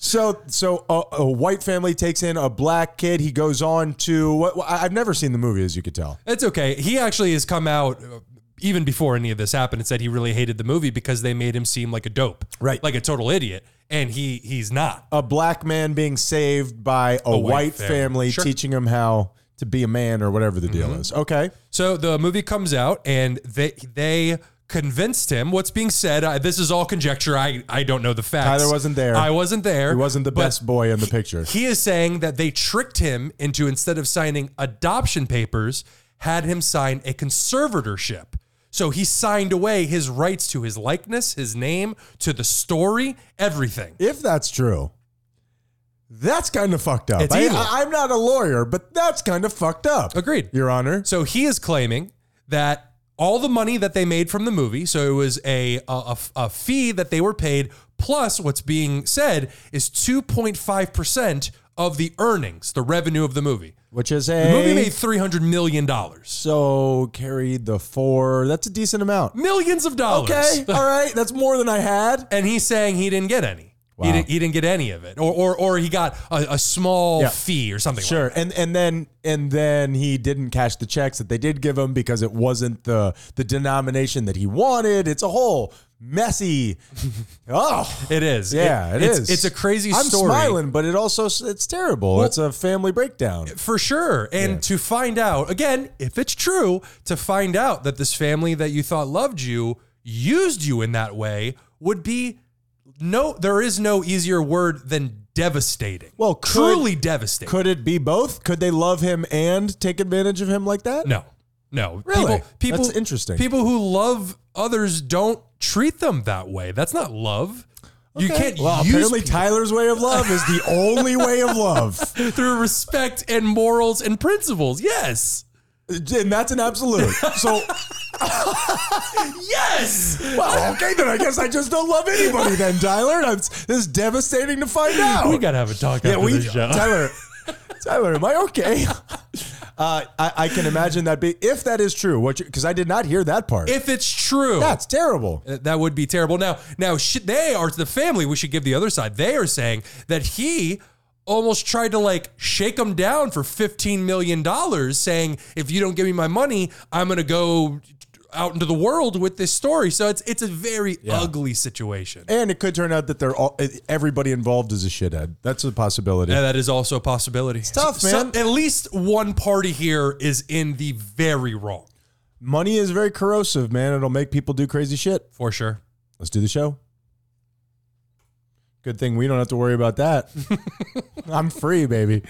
S1: So, so a, a white family takes in a black kid. He goes on to what I- I've never seen the movie, as you could tell.
S2: It's okay. He actually has come out uh, even before any of this happened and said he really hated the movie because they made him seem like a dope,
S1: Right.
S2: Like a total idiot, and he he's not.
S1: a black man being saved by a,
S2: white
S1: white,
S2: family.
S1: family,
S2: Sure. Mm-hmm.
S1: teaching him how to be a man or whatever the deal is. Okay.
S2: So the movie comes out and they they convinced him. What's being said? I, this is all conjecture. I I don't know the facts.
S1: Tyler wasn't there.
S2: I wasn't there.
S1: He wasn't the
S2: But
S1: best boy in the picture.
S2: He is saying that they tricked him into instead of signing adoption papers, had him sign a conservatorship. So he signed away his rights to his likeness, his name, to the story, everything.
S1: if that's true, that's kind of fucked up.
S2: It's
S1: I,
S2: evil.
S1: I, am not a lawyer, but that's kind of fucked up.
S2: Agreed.
S1: Your Honor.
S2: So he is claiming that all the money that they made from the movie, so it was a a, a- a fee that they were paid, plus what's being said is 2.5% of the earnings, the revenue of the movie.
S1: which is
S2: The movie
S1: a
S2: made $300 million. Millions
S1: so carried the four. That's a decent amount.
S2: of
S1: <laughs>
S2: dollars.
S1: Okay, all right, that's more than I had.
S2: <laughs> and he's saying he didn't get any. He,
S1: Wow.
S2: didn't, he didn't get any of it, or or, or he got a, a small
S1: Yeah.
S2: fee or something.
S1: Sure, and and then and then he didn't cash the checks that they did give him because it wasn't the the denomination that he wanted. It's a whole <laughs> messy. oh,
S2: like that. it is.
S1: yeah,
S2: it
S1: it's,
S2: it's, It's a crazy
S1: I'm
S2: story.
S1: smiling, but it also it's terrible. it's a family breakdown.
S2: for sure. And to find out, again, if it's true, to find out that this family that you thought loved you used you in that way would be no, there is no easier word than devastating.
S1: Well, could-
S2: truly devastating.
S1: Could it be both? Could they love him and take advantage of him like that?
S2: no, no.
S1: Really?
S2: People, people,
S1: That's interesting.
S2: People who love others don't treat them that way. That's not love. You can't
S1: Well,
S2: use
S1: apparently
S2: people
S1: Tyler's way of love is the only way of <laughs> love,
S2: through respect and morals and principles. Yes.
S1: and that's an absolute.
S2: <laughs>
S1: So,
S2: Yes.
S1: well, okay, then I guess I just don't love anybody then, Tyler. And I'm, this is devastating to find out.
S2: We got to have a talk
S1: Oh. yeah,
S2: after
S1: we,
S2: this show.
S1: Tyler, Tyler, am I
S2: <laughs>
S1: okay? Uh, I, I can imagine that be if that is true. What? Because I did not hear that part.
S2: If it's true,
S1: that's terrible.
S2: Uh, that would be terrible. Now, now sh- they are the family. We should give the other side. They are saying that he almost tried to like shake him down for fifteen million dollars, saying, "If you don't give me my money, I'm gonna go." out into the world with this story so it's it's a very ugly situation
S1: And it could turn out that they're all everybody involved is a shithead. That's a possibility.
S2: Yeah, that is also a possibility
S1: tough, man.
S2: at least one party here is in the very wrong
S1: Money is very corrosive, man. It'll make people do crazy shit.
S2: for sure
S1: Let's do the show.
S2: <laughs>
S1: Good thing we don't have to worry about that. I'm free, baby.